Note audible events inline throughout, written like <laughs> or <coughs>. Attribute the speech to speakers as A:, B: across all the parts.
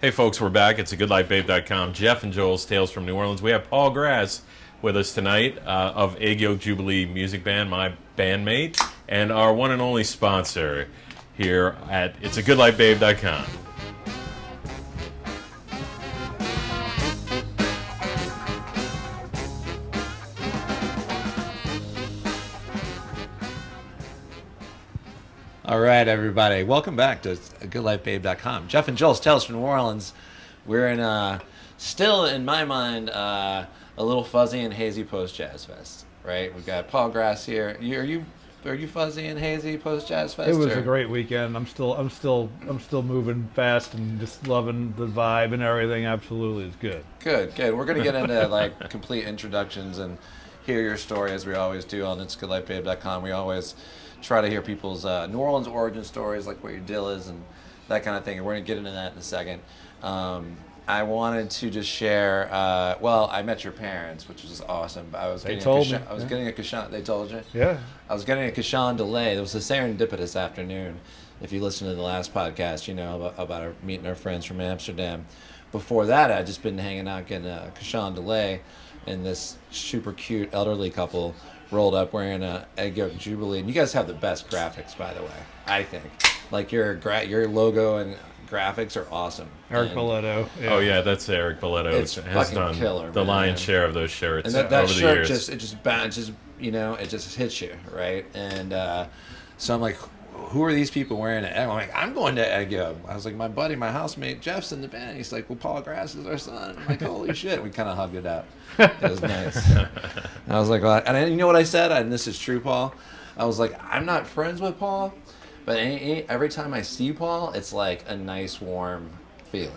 A: Hey, folks, we're back. It's a goodlifebabe.com. Jeff and Joel's Tales from New Orleans. We have Paul Grass with us tonight uh, of Egg Yolk Jubilee Music Band, my bandmate, and our one and only sponsor here at It's a goodlifebabe.com.
B: All right, everybody. Welcome back to GoodLifeBabe.com. Jeff and Joel's Tales from New Orleans. We're in, uh, still in my mind, uh, a little fuzzy and hazy post Jazz Fest, right? We've got Paul Grass here. You, are you are you fuzzy and hazy post Jazz Fest?
C: It was
B: or-
C: a great weekend. I'm still, I'm still, I'm still moving fast and just loving the vibe and everything. Absolutely, it's good.
B: Good, good. We're gonna get
C: <laughs>
B: into like complete introductions and hear your story as we always do on itsgoodlifebabe.com. We always try to hear people's uh, New Orleans origin stories, like what your deal is and that kind of thing. And we're gonna get into that in a second. Um, I wanted to just share. Uh, well, I met your parents, which was awesome. but I was getting
C: told
B: a
C: me,
B: Kashan, I was
C: yeah.
B: getting a Kashan. They told you.
C: Yeah.
B: I was getting a Kashan delay. It was a serendipitous afternoon. If you listen to the last podcast, you know about, about our, meeting our friends from Amsterdam. Before that, I'd just been hanging out getting a Kashan delay, and this super cute elderly couple rolled up wearing a egg yolk jubilee. And you guys have the best graphics, by the way. I think like your gra- your logo and graphics are awesome.
C: Eric
B: And-
C: Boletto.
A: Oh, yeah, that's Eric Belletto.
B: It's
A: has
B: fucking
A: done
B: killer,
A: the
B: man.
A: lion's share of those shirts
B: and that, that
A: over the
B: shirt
A: years.
B: just it just bounces you know it just hits you right and uh, so i'm like who are these people wearing it And i'm like i'm going to egg Yum. i was like my buddy my housemate jeff's in the band he's like well paul grass is our son i'm like holy shit we kind of hugged it out it was nice and i was like well, and I, you know what i said and this is true paul i was like i'm not friends with paul but any- any- every time i see paul it's like a nice warm
C: <laughs>
B: feeling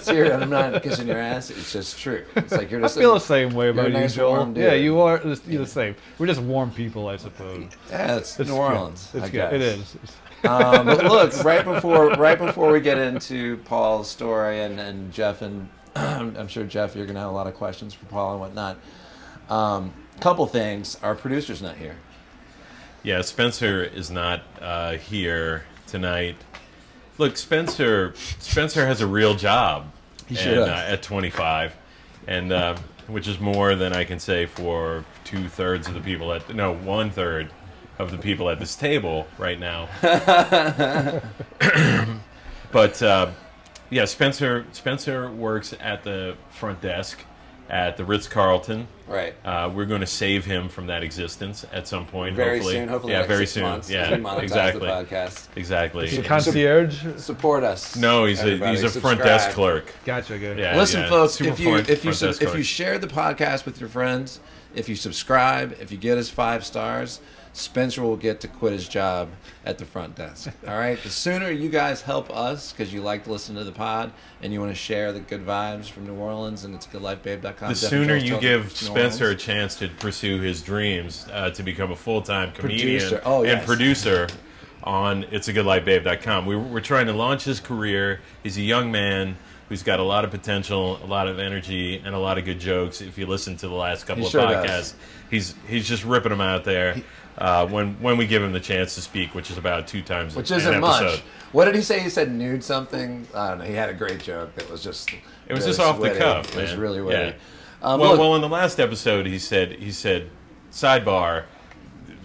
B: Seriously, i'm not kissing your ass it's just true it's like you're
C: I
B: just
C: feel the
B: a-
C: same way
B: a
C: about you,
B: nice warm
C: Joel.
B: dude.
C: Yeah, you are. the- You're the same. We're just warm people, I suppose.
B: Yeah, it's,
C: It's
B: New
C: good.
B: Orleans.
C: It's
B: I
C: good. It
B: guess.
C: is.
B: <laughs> Um, but look, right before right before we get into Paul's story and, and Jeff and <clears throat> I'm sure Jeff, you're gonna have a lot of questions for Paul and whatnot. Um, couple things. Our producer's not here.
A: Yeah, Spencer is not uh, here tonight. Look, Spencer. Spencer has a real job. He
B: sure
A: and,
B: does.
A: Uh, at 25, and uh, which is more than I can say for two thirds of the people at no one third of the people at this table right
B: <laughs>
A: now. but uh, yeah, Spencer. Spencer works at the front desk at the Ritz Carlton.
B: Right.
A: Uh, we're going to save him from that existence at some point.
B: very
A: hopefully.
B: soon. Hopefully,
A: yeah,
B: like
A: very
B: six
A: soon.
B: Months,
A: yeah,
B: as we monetize
A: exactly.
B: The podcast.
A: Exactly.
C: It's a concierge.
B: Support us.
A: no, he's a,
B: everybody.
A: he's a front desk
B: Subscribe.
A: clerk.
C: Gotcha. Good.
A: Yeah,
B: Listen,
A: Uh, yeah,
B: folks,
A: super
B: if you
A: front-
B: if you
A: front
B: sub-
A: desk
B: if you
A: clerk.
B: share the podcast with your friends, if you subscribe, if you get us five stars, Spencer will get to quit his job at the front
A: <laughs>
B: desk. All right. The sooner you guys help us because you like to listen to the pod and you want to share the good vibes from New Orleans and it's goodlifebabe.com.
A: the sooner you give Spencer a chance to pursue his dreams uh, to become a full time comedian
B: Producer. Oh,
A: and
B: yes.
A: producer on it'sagoodlifebabe.com. We, we're trying to launch his career. He's a young man who's got a lot of potential, a lot of energy, and a lot of good jokes. If you listen to the last couple
B: He
A: of
B: sure
A: podcasts,
B: does.
A: he's he's just ripping them out there. Uh, when when we give him the chance to speak, which is about two times,
B: which
A: an
B: isn't
A: episode.
B: much. What did he say? He said nude something. I don't know. He had a great joke that was just.
A: It was just off
B: witty.
A: the cuff.
B: It was
A: man.
B: really
A: Yeah.
B: witty. Um,
A: well,
B: look-
A: well, in the last episode, he said he said sidebar,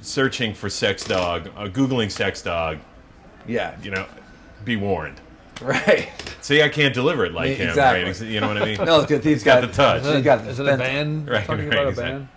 A: searching for sex dog, uh, googling sex dog.
B: yeah, <laughs>
A: You know, be warned.
B: right.
A: See, I can't deliver it like
C: E,
B: Yeah,
A: him.
B: exactly.
A: Right? Ex- You know what I
C: <laughs>
A: mean?
B: No, because he's
A: <laughs>
B: got,
A: got the touch.
B: He's got the
C: Is it a
B: bent- <laughs>
C: band?
A: Right,
C: Talking
A: right,
C: about a
A: exactly.
C: band.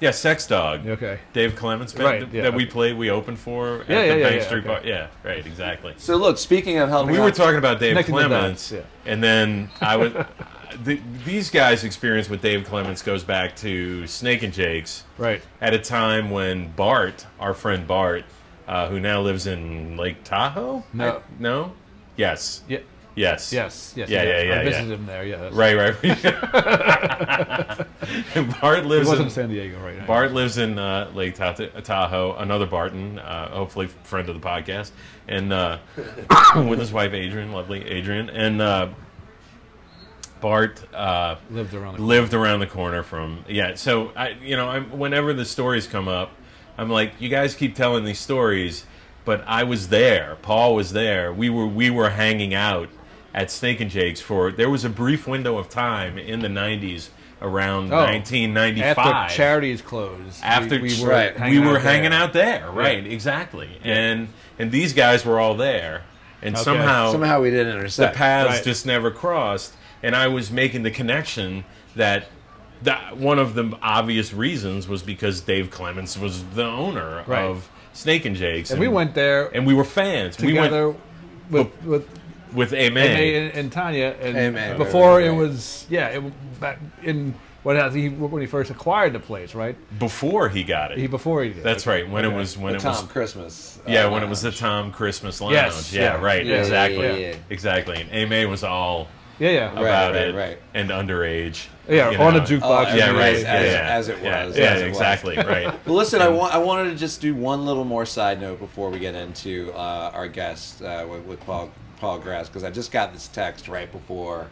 A: Yeah, sex dog.
C: Okay.
A: Dave Clements band
C: Right,
A: th-
C: yeah,
A: that we
C: okay.
A: played, we opened for
C: Yeah,
A: at
C: yeah,
A: the
C: yeah,
A: Bank
C: yeah,
A: Street
C: okay.
A: Bar. Yeah, right, exactly.
B: So look, speaking of helping,
A: we
B: out-
A: were talking about Dave
C: Connecting the
A: Clements,
C: dots,
A: and then I would. <laughs> The, these guys' experience with Dave Clements goes back to Snake and Jake's,
C: Right.
A: At a time when Bart, our friend Bart, uh, who now lives in Lake Tahoe,
B: Uh,
C: No.
A: I- no, yes,
C: Yeah.
A: yes,
C: Yes. Yes.
A: yeah,
C: yes.
A: yeah, yeah,
C: I
A: yeah.
C: visited him there. Yeah. that's-
A: right, <laughs> right. Bart
C: He
A: lives
C: wasn't
A: in
C: in San Diego right now.
A: Bart lives in uh, Lake Tahoe, Tahoe, another Barton, uh, hopefully friend of the podcast, and uh, <coughs> with his wife Adrian, lovely Adrian, and uh, Bart uh,
C: lived around. The
A: lived around the corner from yeah. So I, you know, I'm, whenever the stories come up, I'm like, you guys keep telling these stories, but I was there. Paul was there. We were we were hanging out at Snake and Jake's for there was a brief window of time in the 90s around
C: Oh. After
A: 1995
C: charities closed.
A: after
C: we, we were
B: right,
A: we
C: hanging
A: were
C: out
A: hanging
C: there.
A: out there, right? Exactly. And and these guys were all there, and
C: Okay.
A: somehow
B: Somehow we didn't
A: the
B: intersect.
A: paths
C: Right.
A: just never crossed. And I was making the connection that that one of the obvious reasons was because Dave Clements was the owner
C: Right.
A: of Snake and Jake's,
C: And we went there
A: and we were fans.
C: together
A: We
C: with,
A: went
C: with
A: with Aimee.
C: May and, and Tanya. And
B: Amen.
C: before
B: Right,
C: it
B: right.
C: was yeah, it w- back in when I- he when he first acquired the place, right?
A: before he got it.
C: He before he did.
A: That's right. When it was when
B: The
A: it
B: Tom
A: was
B: Christmas. uh,
A: Yeah, when it was the Tom Christmas Lounge.
C: Yes,
A: yeah,
C: yeah.
A: right.
B: Yeah, yeah,
A: exactly.
B: yeah, yeah.
A: Exactly. And Aimee was all
C: Yeah, yeah,
B: Right.
A: about it
B: right.
A: and underage.
C: yeah.
A: you
C: on
A: know.
C: a
B: Oh,
C: jukebox.
B: as
A: Yeah,
B: it
A: right.
B: was,
A: yeah,
B: as-
A: yeah.
B: as it was,
A: Yeah,
B: as
A: yeah,
B: it was.
A: exactly. Right.
B: Well, listen, I, want, I wanted to just do one little more side note before we get into uh, our guest uh, with, with Paul Paul Grass because I just got this text right before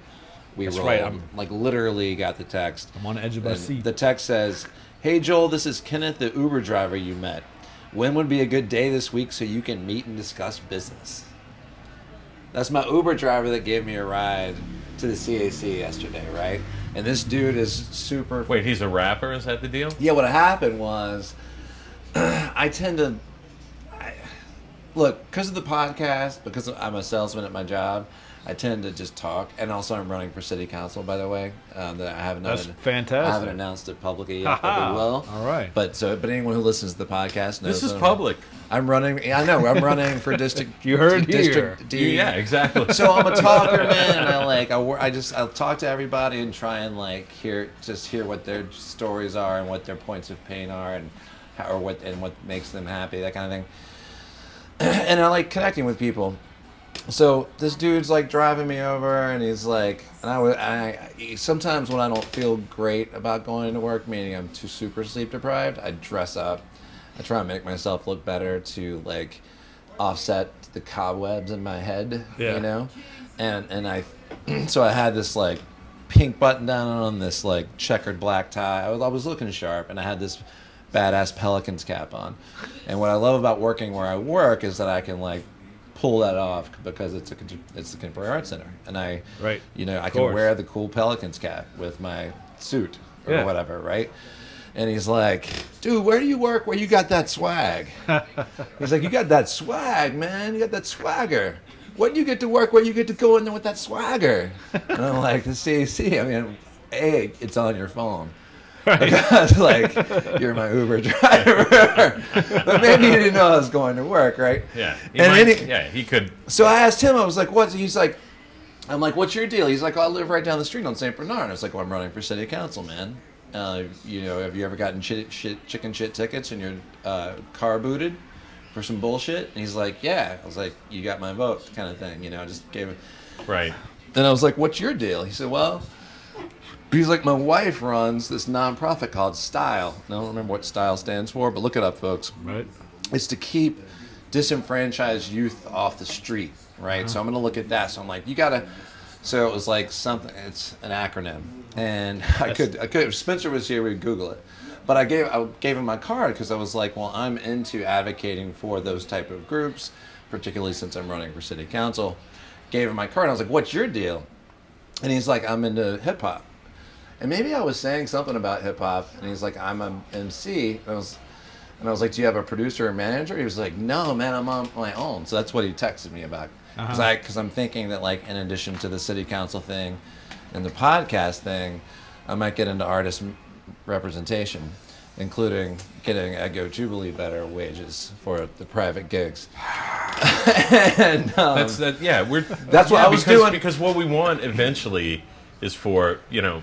B: we rolled.
C: right, I'm-
B: like literally got the text.
C: I'm on the edge of my
B: And
C: seat.
B: The text says, "Hey Joel, this is Kenneth, the Uber driver you met. When would be a good day this week so you can meet and discuss business?" That's my Uber driver that gave me a ride to the CAC yesterday, right? And this dude is super
A: Wait, he's a rapper. Is that the deal?
B: yeah, what happened was <clears throat> I tend to I, look because of the podcast, because I'm a salesman at my job. I tend to just talk, and also I'm running for city council. By the way, um, that I haven't
C: That's
B: annou- I
C: fantastic.
B: haven't announced it publicly yet, but
C: <laughs> Ha-ha.
B: we will.
C: All right.
B: but so but anyone who listens to the podcast knows
A: This is
B: that I'm-
A: public.
B: I'm running. Yeah, I know I'm running
C: <laughs>
B: for district.
C: You heard
B: district
C: here.
B: D.
A: Yeah, <laughs> exactly.
B: <laughs> So I'm a talker, man, and I like I, wor- I just I'll talk to everybody and try and like hear just hear what their stories are and what their points of pain are and how, or what and what makes them happy that kind of thing. <clears throat> and I like connecting with people. So this dude's like driving me over, and he's like, and I, wa- I, I sometimes when I don't feel great about going to work, meaning I'm too super sleep deprived, I dress up. I try and make myself look better to like offset the cobwebs in my head,
C: Yeah.
B: you know. And and I, <clears throat> so I had this like pink button down on this like checkered black tie. I was I was looking sharp, and I had this badass Pelicans cap on. And what I love about working where I work is that I can like pull that off because it's a con- it's the Contemporary Art Center, and I
C: Right.
B: you know I
C: Of
B: can
C: course.
B: wear the cool Pelicans cap with my suit or
C: Yeah.
B: whatever, right? And he's like, "Dude, where do you work? Where you got that
C: <laughs>
B: swag?" he's like, "You got that swag, man. You got that swagger." When you get to work, where you get to go in there with that swagger, and I'm like, the CAC. I mean, a, it's on your phone. <laughs> Because like you're my Uber <laughs> driver, but maybe you didn't know I was going to work, right?
A: Yeah. He
B: And
A: might-
B: any-
A: yeah, he could.
B: so I asked him, I was like, what's, he's like, I'm like, what's your deal? He's like, oh, I live right down the street on St. Bernard. I was like, well, I'm running for city council, man. Uh, you know, have you ever gotten shit, shit, chicken shit tickets and your uh, car booted for some bullshit? And he's like, yeah. I was like, you got my vote, kind of thing. You know, I just gave it.
A: Right.
B: And I was like, what's your deal? He said, well, he's like, my wife runs this nonprofit called Style. And I don't remember what Style stands for, but look it up, folks
C: right.
B: is to keep disenfranchised youth off the street, right? So I'm going to look at that. So I'm like, you got to. So it was like something. It's an acronym, and <laughs> I could, I could. If Spencer was here, we'd Google it. But I gave, I gave him my card because I was like, well, I'm into advocating for those type of groups, particularly since I'm running for city council. Gave him my card. I was like, what's your deal? And he's like, I'm into hip hop. And maybe I was saying something about hip hop, and he's like, I'm a MC. And I was, and I was like, Do you have a producer or manager? He was like, No, man, I'm on my own. So that's what he texted me about. Because
C: Uh-huh.
B: I'm thinking that, like, in addition to the city council thing and the podcast thing, I might get into artist m- representation, including getting Ego Jubilee better wages for the private gigs. <laughs> and, um,
A: That's that. Yeah, we're.
B: That's what
A: yeah,
B: I was
A: because-
B: doing.
A: Because what we want eventually is for you know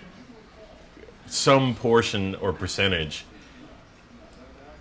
A: some portion or percentage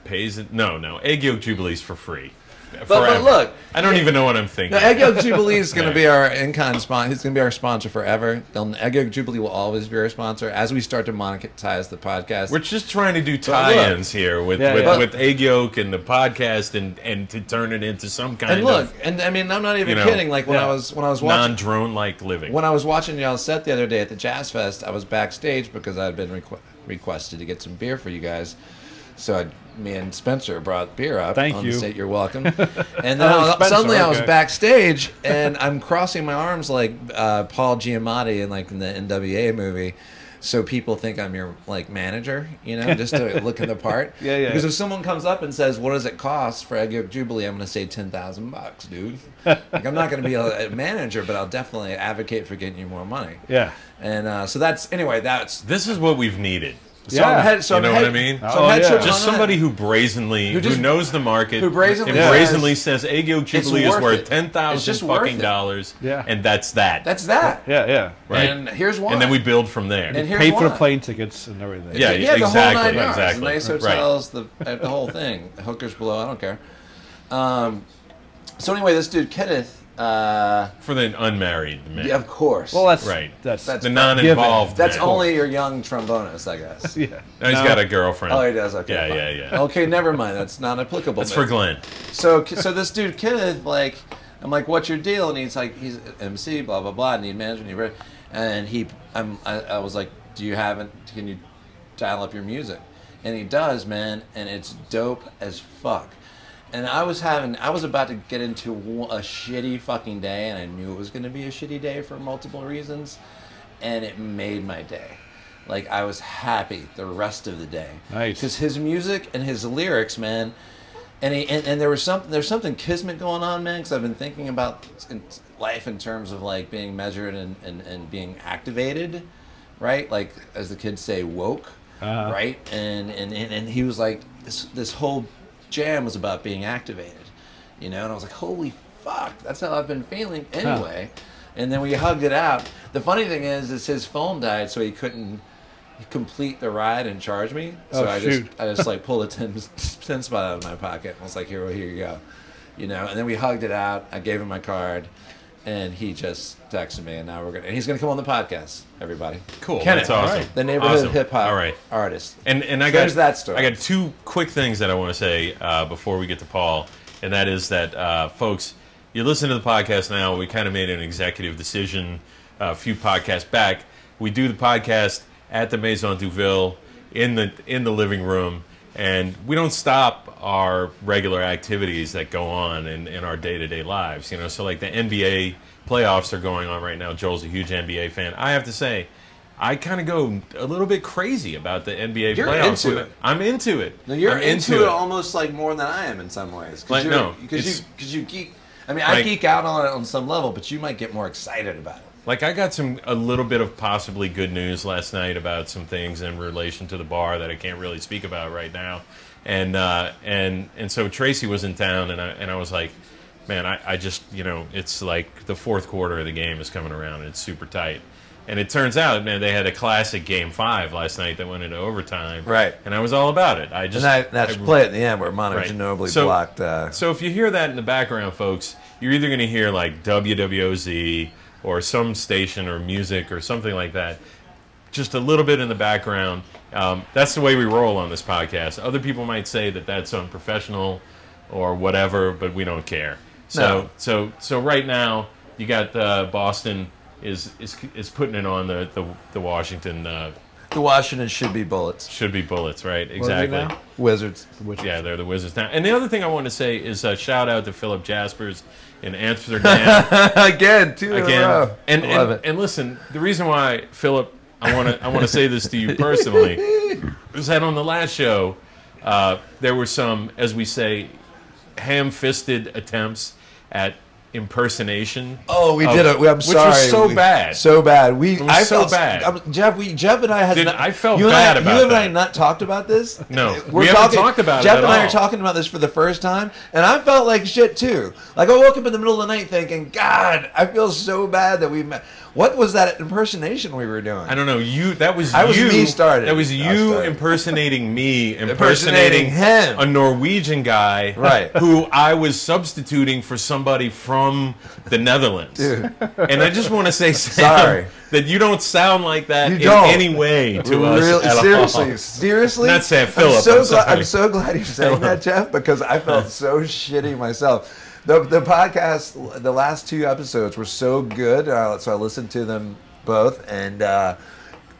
A: pays it. No, no. Egg yolk jubilees for free. But,
B: but look,
A: I don't even know what I'm thinking.
B: No, Egg Yolk Jubilee is going
A: Yeah.
B: to be our in-kind sponsor. It's going to be our sponsor forever. They'll, Egg Yolk Jubilee will always be our sponsor as we start to monetize the podcast.
A: We're just trying to do tie-ins here with
C: Yeah,
A: with,
C: yeah.
A: with egg yolk and the podcast, and and to turn it into some kind
B: and look,
A: of
B: and I mean, I'm not even
A: you know,
B: kidding. Like when
C: yeah.
B: I was when I was watching
A: non-drone-like living.
B: when I was watching y'all set the other day at the Jazz Fest, I was backstage because I had been requ- requested to get some beer for you guys. So I me and Spencer brought beer up.
C: Thank
B: on
C: you.
B: The state, you're
C: <laughs>
B: welcome. And then
C: Oh,
B: I was-
C: Spencer,
B: suddenly I was
C: okay.
B: backstage and I'm crossing my arms like uh, Paul Giamatti in like in the NWA movie. So people think I'm your like manager, you know, just to look in the part.
C: <laughs> Yeah, yeah.
B: Because if someone comes up and says, "What does it cost for Egg Yolk Jubilee?" I'm going to say ten thousand bucks,
C: <laughs>
B: dude. like I'm not going to be a, a manager, but I'll definitely advocate for getting you more money.
C: Yeah.
B: And uh, so that's anyway. That's
A: This is what we've needed.
B: so I'm
C: Yeah.
B: head, so
A: You
B: I'm
A: know what
B: head-
A: I mean?
B: So I'm
C: Oh,
B: head
C: yeah.
B: tripping
A: Just
B: on that.
A: somebody who brazenly, who,
B: just-
A: knows the market,
B: who brazenly
A: and brazenly
B: says,
A: says egg yolk jubilee is
B: worth
A: worth
B: it.
A: ten
B: It's just
A: thousand
B: worth
A: fucking
B: it."
A: dollars,
C: Yeah.
A: and that's that.
B: That's that.
C: Yeah, yeah.
A: right.
B: And here's why.
A: and then we build from there.
B: And here's
C: Pay for the
B: why.
C: plane tickets and everything.
A: Yeah,
B: yeah, the whole
A: exactly,
B: nine yards.
A: exactly.
B: The nice
A: Right.
B: hotels, the uh, the whole thing. Hookers below, I don't care. Um, so anyway, this dude Kenneth, uh,
A: for the unmarried man,
B: yeah, of course.
C: Well, that's
A: Right.
C: That's,
B: That's-
A: the non-involved.
B: that's
A: man.
B: only your young trombonist, I
C: <laughs>
B: guess.
C: yeah.
A: No, he's
C: No.
A: got a girlfriend.
B: Oh, he does. Okay.
A: Yeah,
B: fine.
A: yeah, yeah.
B: Okay, never mind. That's not applicable.
A: That's for Glenn.
B: so so this dude Kenneth like I'm like what's your deal and he's like he's MC blah blah blah I need management need re-" and he I'm I, I was like do you have it can you dial up your music and he does man and it's dope as fuck and I was having I was about to get into one- a shitty fucking day and I knew it was going to be a shitty day for multiple reasons and it made my day like I was happy the rest of the day
C: Nice.
B: because his music and his lyrics man and, he, and and there was something there's something kismet going on, man. Because I've been thinking about in- life in terms of like being measured and, and, and being activated, right? Like as the kids say, woke,
C: Uh-huh.
B: right? And, and and and he was like, this this whole jam was about being activated, you know. And I was like, holy fuck, that's how I've been feeling anyway. And then we hugged it out. The funny thing is, is his phone died, so he couldn't complete the ride and charge me. So
C: Oh,
B: I
C: shoot.
B: just I just <laughs> like pulled a 10, 10 spot out of my pocket and was like, here, well, here you go. You know, and then we hugged it out. I gave him my card and he just texted me and now we're gonna and he's gonna come on the podcast, everybody.
A: Cool.
B: Kenneth,
A: that's awesome.
B: The neighborhood
A: Awesome.
B: hip hop
A: All right.
B: artist.
A: And and I
B: So
A: got
B: there's that story.
A: I got two quick things that I want to say uh, before we get to Paul, and that is that uh, folks, you listen to the podcast now. We kind of made an executive decision uh, a few podcasts back. We do the podcast at the Maison Duville in the in the living room, and we don't stop our regular activities that go on in, in our day to day lives. You know, so like the NBA playoffs are going on right now. Joel's a huge NBA fan. I have to say. I kind of go a little bit crazy about the NBA
B: You're
A: playoffs.
B: into
A: with
B: it.
A: I'm into it.
B: Now you're
A: I'm
B: into, it, almost like more than I am in some ways.
A: Like,
B: you're-
A: no,
B: Cause
A: it's-
B: you, cause you geek I mean I
A: Like-
B: geek out on it on some level, but you might get more excited about it.
A: Like I got some a little bit of possibly good news last night about some things in relation to the bar that I can't really speak about right now, and uh, and and so Tracy was in town and I and I was like, man, I, I just you know it's like the fourth quarter of the game is coming around and it's super tight, and it turns out man they had a classic game five last night that went into overtime
B: Right.
A: and I was all about it. I just
B: And that that's
A: I-
B: play at the end where Mono
A: Right.
B: Ginobili
A: So-
B: blocked uh,
A: So if you hear that in the background, folks, you're either going to hear like WWOZ or some station or music or something like that, just a little bit in the background. Um, that's the way we roll on this podcast. Other people might say that that's unprofessional or whatever, but we don't care. So
B: No.
A: so so right now you got uh, Boston is is is putting it on the the, the Washington uh,
B: the Washington should be bullets.
A: should be bullets, right? Exactly.
C: now?
B: Wizards.
C: Which
A: Yeah, they're the Wizards now. And the other thing I want to say is uh, shout out to Philip Jaspers in
B: <laughs>
A: Amsterdam
B: again, two in
A: <laughs>
B: a
A: again.
B: row.
A: And
B: I love
A: and,
B: it.
A: and listen, the reason why Philip, I want to I want to say this to you personally,
B: <laughs>
A: is that on the last show, uh, there were some, as we say, ham-fisted attempts at impersonation.
B: Oh, we
A: of-
B: did it. We- I'm
A: which
B: sorry.
A: was so
B: We-
A: bad.
B: So bad. We.
A: was
B: I
A: so
B: felt
A: bad.
B: I'm- Jeff, we Jeff and I had.
A: Did-
B: not,
A: I felt
B: you and
A: bad
B: I,
A: about
B: You and I
A: that.
B: had not talked about this.
A: No,
B: we're
A: we haven't
B: talking,
A: talked about it
B: Jeff
A: at
B: and I
A: all.
B: are talking about this for the first time, and I felt like shit too. Like I woke up in the middle of the night thinking, God, I feel so bad that we met. What was that impersonation we were doing?
A: I don't know. You that was
B: That was
A: you
B: me started.
A: That was
B: I
A: you
B: started.
A: impersonating me, impersonating,
B: <laughs> Impersonating him.
A: a Norwegian guy,
B: Right.
A: <laughs> Who I was substituting for somebody from the Netherlands.
B: Dude.
A: And I just want to say, Sam,
B: Sorry.
A: that you don't sound like that
B: You
A: in
B: don't.
A: any way to us.
B: Really-
A: at all.
B: seriously, seriously.
A: Not Sam, Philip,
B: I'm so,
A: I'm
B: glad,
A: sorry.
B: I'm so glad you're saying that, Jeff, because I felt so shitty myself. The, the podcast, the last two episodes were so good, uh, so I listened to them both and uh,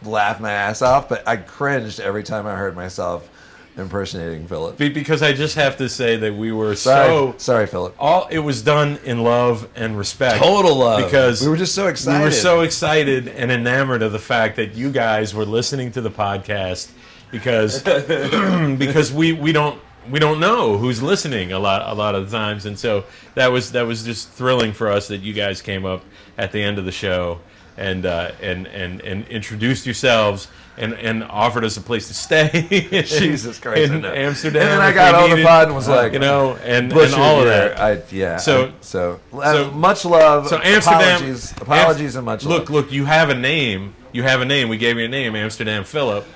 B: laughed my ass off. But I cringed every time I heard myself impersonating Philip.
A: Be- Because I just have to say that we were
B: Sorry,
A: so
B: sorry, Philip.
A: all it was done in love and respect.
B: Total love.
A: Because
B: we were just so excited.
A: We were so excited and enamored of the fact that you guys were listening to the podcast because <clears throat> because we, we don't we don't know who's listening a lot a lot of the times and so that was that was just thrilling for us that you guys came up at the end of the show and uh, and, and and introduced yourselves and, and offered us a place to stay in,
B: <laughs> Jesus Christ, I
A: in
B: know.
A: Amsterdam
B: And then I
A: if
B: got
A: we
B: on the
A: needed,
B: pod and was like,
A: you know and,
B: Butchered
A: and all of
B: your-
A: that
B: I, yeah.
A: So-
B: I- so, uh,
A: so-
B: much love.
A: so Amsterdam.
B: Apologies, apologies, and much
A: Look,
B: love.
A: look, you have a name. You have a name. We gave you a name, Amsterdam Philip,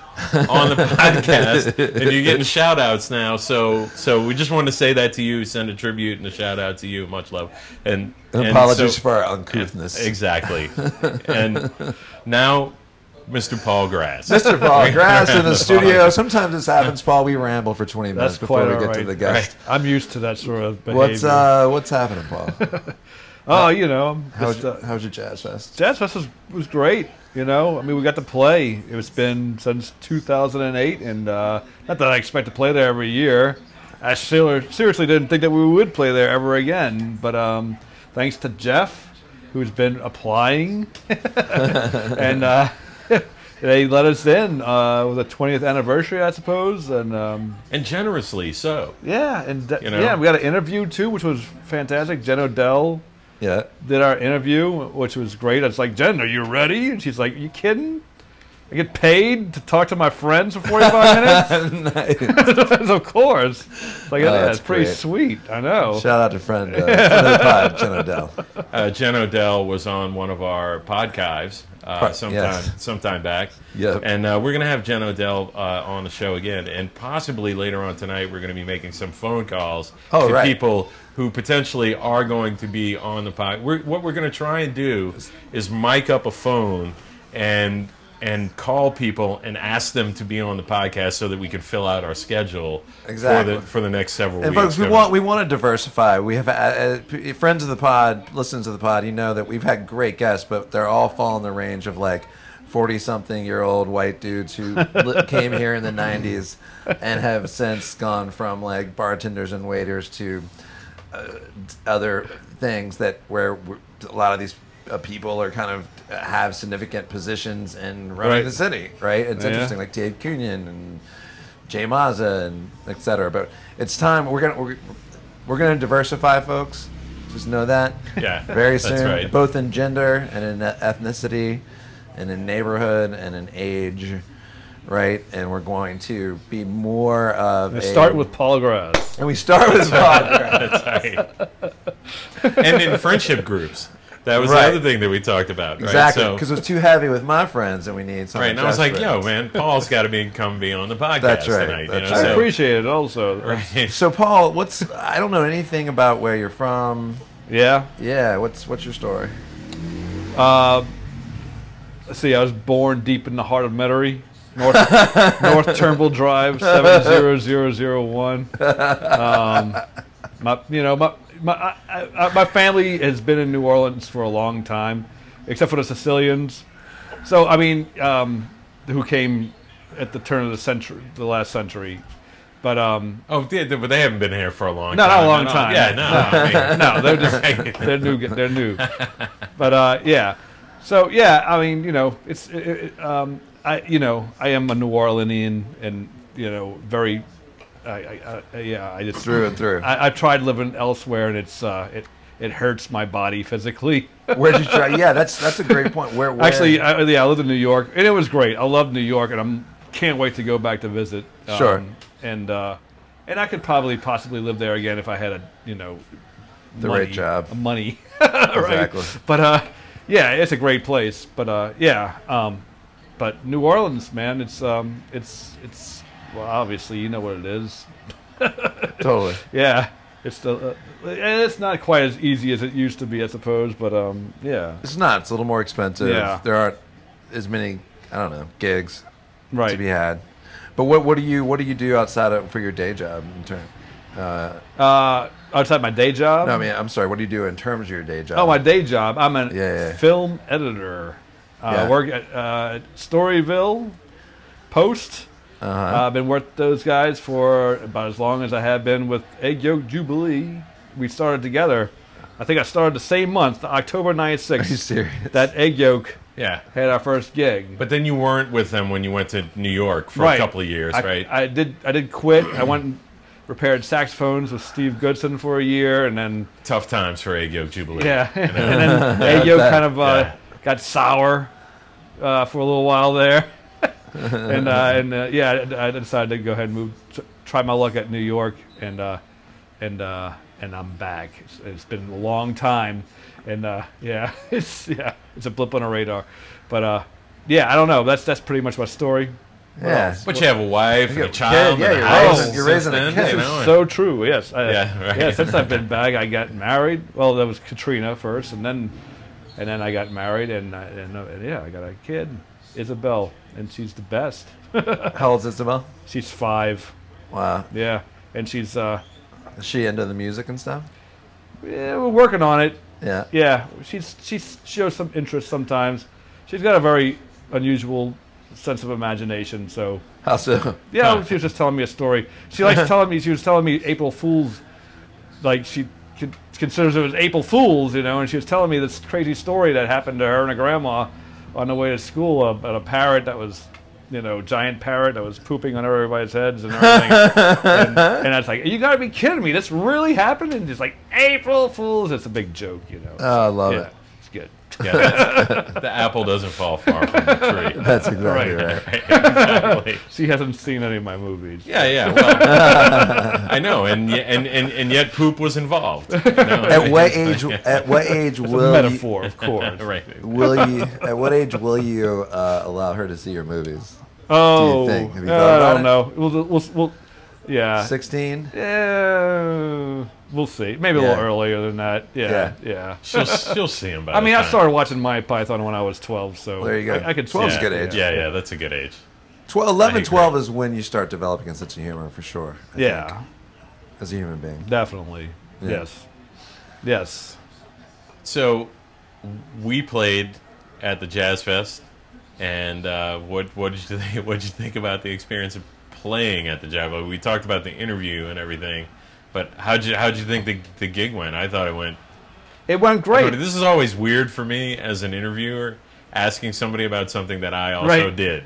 A: on the <laughs> podcast, and you're getting shout outs now. So, so we just wanted to say that to you, send a tribute and a shout out to you. Much love and,
B: And
A: and
B: apologies
A: so-
B: for our uncouthness.
A: Exactly.
B: <laughs>
A: and now, Mr. Paul Grass.
B: Mr. Paul Grass in the
A: Paul.
B: studio. Sometimes this happens, Paul. We ramble for 20 minutes
C: That's
B: before
C: quite
B: we
C: all
B: get
C: right.
B: to the guest.
C: I'm used to that sort of behavior.
B: What's uh, what's happening, Paul?
C: oh, you know, I'm
B: How was
C: just, uh,
B: your, how was your jazz fest?
C: Jazz Fest was, was great. You know, I mean, we got to play. It's been since 2008, and uh, not that I expect to play there every year. I ser- seriously didn't think that we would play there ever again, but um, thanks to Jeff, who's been applying, <laughs> and uh, <laughs> they let us in uh, with the 20th anniversary, I suppose, and um,
A: and generously so.
C: yeah, and de-
A: You know?
C: yeah, we got an interview too, which was fantastic. Jen Odell
B: Yeah. <laughs>
C: did our interview, which was great. I was like, Jen, are you ready? And she's like, you kidding? I get paid to talk to my friends
B: <laughs>
C: for <laughs> 45
B: nice.
C: minutes? of course. Like, yeah,
B: Oh, that's
C: it's pretty
B: great.
C: sweet. I know.
B: Shout out to friend, uh, friend of the pod, Jen Odell.
A: Uh, Jen Odell was on one of our podcasts uh,
B: Pod-
A: sometime
B: yes.
A: sometime back.
B: Yep.
A: And uh, we're gonna have Jen Odell uh, on the show again, and possibly later on tonight we're gonna be making some phone calls
B: Oh,
A: to
B: right.
A: people who potentially are going to be on the pod. We're, what we're gonna try and do is mic up a phone and and call people and ask them to be on the podcast so that we can fill out our schedule
B: Exactly.
A: for the for the next several
B: And
A: weeks.
B: folks, we
A: Gonna-
B: want we want to diversify. We have uh, uh, p- friends of the pod, listeners of the pod. You know that we've had great guests, but they're all fall in the range of like forty something year old white dudes who li- came here in the '90s and have since gone from like bartenders and waiters to uh, other things that where w- a lot of these uh, people are kind of uh, have significant positions in running
A: Right.
B: the city, right? It's
C: Yeah.
B: interesting, like Dave Cunyon and Jay Mazza and et cetera. But it's time we're gonna we're, we're gonna diversify, folks. Just know that.
A: Yeah,
B: <laughs> Very
A: that's
B: soon,
A: right.
B: both in gender and in ethnicity, and in neighborhood and in age, right? And we're going to be more of.
C: Let's
B: a-
C: start with Paul Grass.
B: <laughs> And we start
C: <laughs>
B: with podcast.
A: Sorry. and in friendship groups. That was
B: Right.
A: the other thing that we talked about. Right?
B: Exactly,
A: So-
B: because it was too heavy with my friends, and we needed something.
A: right. And I was like,
B: desperate.
A: yo, man, Paul's got to be come be on the podcast
B: That's right,
A: tonight.
B: that's
A: you
C: I
A: know, so-
C: appreciate it also.
A: <laughs> right.
B: So, Paul, what's? I don't know anything about where you're from.
C: Yeah.
B: Yeah, what's what's your story?
C: Uh, let's see, I was born deep in the heart of Metairie, North, North <laughs> Turnbull Drive, 70001. Um, my, you know, my, my, I, I, I- my family has been in New Orleans for a long time, except for the Sicilians. So, I mean, um, who came at the turn of the century, the last century. But um,
A: Oh, yeah, but they haven't been here for a long
C: No,
A: time.
C: not a
A: No,
C: long
A: no,
C: time.
A: Yeah, no. I mean,
B: <laughs>
C: no, they're <laughs> just they're new. They're new. But uh, yeah, so yeah, I mean, you know, it's it, it, um, I you know I am a New Orleanian and you know very, I, I, I yeah I just
B: Through and through.
C: I, I've tried living elsewhere and it's uh, it it hurts my body physically.
B: Where'd you try? Yeah, that's that's a great point. Where, where
C: Actually, I, yeah, I lived in New York and it was great. I love New York and I'm can't wait to go back to visit. um,
B: Sure.
C: And uh, and I could probably possibly live there again if I had a you know
B: The
C: money,
B: right job.
C: money.
B: exactly.
C: But uh, yeah, it's a great place. But uh, yeah, um, but New Orleans, man, it's um, it's it's well, obviously you know what it is.
B: Totally.
C: Yeah, it's the uh, and it's not quite as easy as it used to be, I suppose. But um, yeah,
B: It's not. It's a little more expensive.
C: Yeah.
B: There aren't as many. I don't know gigs
C: right.
B: to be had. But what what do you what do you do outside of for your day job in turn?
C: uh, outside my day job.
B: No, I mean, I'm sorry. What do you do in terms of your day job?
C: Oh, my day job. I'm an
B: Yeah, yeah.
C: film editor. Uh,
B: Yeah.
C: I work at uh, Storyville Post
B: Uh-huh.
C: Uh, I've been with those guys for about as long as I have been with Egg Yolk Jubilee. We started together. I think I started the same month,
B: <laughs>
C: October
B: Are you
C: 96.
B: serious?
C: That Egg Yolk
A: Yeah.
C: had our first gig.
A: But then you weren't with them when you went to New York for a couple of years,
C: I,
A: right?
C: I did. I did quit. I went and repaired saxophones with Steve Goodson for a year, and then
A: Tough times for Egg Yolk Jubilee.
C: yeah, <laughs> and then Ayo
B: that-
C: kind of uh,
A: yeah.
C: got sour uh, for a little while there, <laughs> and uh, and uh, yeah, I I decided to go ahead and move, t- try my luck at New York, and uh, and uh, and I'm back. It's, it's been a long time, and uh, yeah, <laughs> it's yeah, it's a blip on a radar, but uh, yeah, I don't know. That's that's pretty much my story.
B: yeah.
A: But you have a wife and a
B: a
A: child.
B: kid, yeah,
A: and a
B: you're
A: house
C: raising-
B: you're raising
A: since then,
B: a kid.
A: you
C: This
A: know,
C: is
A: and-
C: so true. Yes. I,
A: Yeah, right.
C: yeah. Since I've
A: <laughs>
C: been back, I got married. Well, that was Katrina first, and then, and then I got married, and I, and, uh, and yeah, I got a kid, Isabel, and she's the best.
B: How old's Isabel?
C: she's five.
B: Wow.
C: Yeah, and she's uh,
B: Is she into the music and stuff?
C: yeah, we're working on it.
B: Yeah.
C: Yeah, she's she shows some interest sometimes. She's got a very unusual sense of imagination, so
B: How so?
C: Yeah,
A: Huh.
C: she was just telling me a story.
B: <laughs>
C: She likes telling me. She was telling me April Fools, like she con- considers it was April Fools, you know. And she was telling me this crazy story that happened to her and her grandma on the way to school about a parrot that was, you know, giant parrot that was pooping on everybody's heads and
B: <laughs>
C: everything. and, and I was like, "You got to be kidding me! This really happened!" And she's like, "April Fools!" It's a big joke, you know.
B: Oh, I love
C: yeah,
B: it.
C: it's good.
A: Yeah, that's- the apple doesn't fall far from the tree. <laughs>
B: That's exactly
C: Right.
B: <laughs> right.
A: Right, exactly.
C: She hasn't seen any of my movies.
A: Yeah, yeah. Well,
B: <laughs>
A: I know, and, ye- and and and yet poop was involved. you know?
B: At what age? At what age
C: It's a
B: will you,
C: metaphor,
B: <laughs>
C: of course.
A: right.
B: will you? At what age will you uh, allow her to see your movies?
C: Oh,
B: think? Have you
C: uh,
B: thought about
C: I don't
B: it?
C: know. We'll, we'll, we'll yeah.
B: Sixteen.
C: Yeah, we'll see. Maybe a little
B: Yeah.
C: earlier than that. Yeah, yeah.
A: She'll she'll see him. By
C: I mean,
A: the
C: I
A: time.
C: started watching My Python when I was 12, so
B: There you go.
C: I, I could.
B: 12 's
A: Yeah,
B: That's a good age.
A: Yeah, yeah. That's a good age.
B: 12, 11,
A: agree.
B: 12 is when you start developing a sense of humor for sure. I
C: Yeah,
B: think, as a human being.
C: definitely.
B: Yeah.
C: Yes, yes.
A: So we played at the Jazz Fest, and uh, what what did you think, <laughs> what did you think about the experience of playing at the Jazz? Fest? We talked about the interview and everything, but how'd you how'd you think the the gig went? I thought it went
C: It went
A: Cody,
C: great.
A: this is always weird for me as an interviewer asking somebody about something that I also
C: Right.
A: did.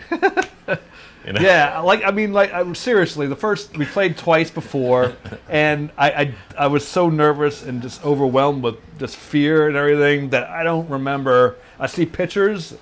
A: You know?
C: Yeah, like I mean, like I'm seriously. The first we played twice before, and I, I I was so nervous and just overwhelmed with just fear and everything that I don't remember. I see pictures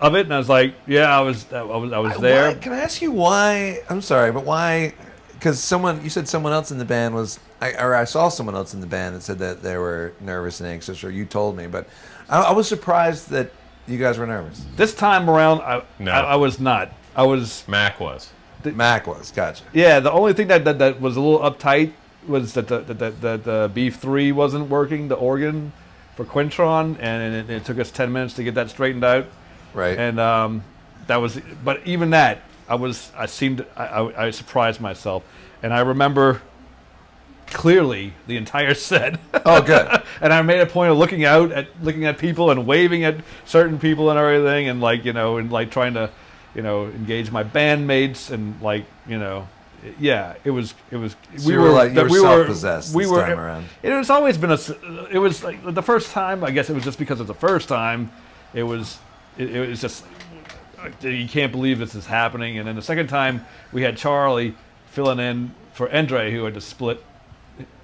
C: of it, and I was like, yeah, I was I was I was there.
B: Why- can I ask you why? I'm sorry, but why? Because someone you said someone else in the band was, I, or I saw someone else in the band that said that they were nervous and anxious, or you told me, but I, I was surprised that you guys were nervous.
C: This time around, I,
A: No.
C: I, I was not. I was.
A: Mac was.
B: Mac was, gotcha.
C: Yeah, the only thing that, that, that was a little uptight was that the, that, that, that the Beef 3 wasn't working, the organ for Quintron, and it, it took us 10 minutes to get that straightened out.
B: Right.
C: And um, that was, but even that, I was, I seemed, I, I, I surprised myself. And I remember clearly the entire <laughs> set.
B: <laughs> oh, good.
C: and I made a point of looking out at looking at people and waving at certain people and everything, and like you know, and like trying to, you know, engage my bandmates and like you know, yeah, it was it was
B: So you were, like, you
C: that
B: were self-possessed this time around.
C: e-, It, was always been a s- it was like the first time I guess it was just because of the first time, it was it, it was just you can't believe this is happening. And then the second time we had Charlie filling in for Andre, who had to split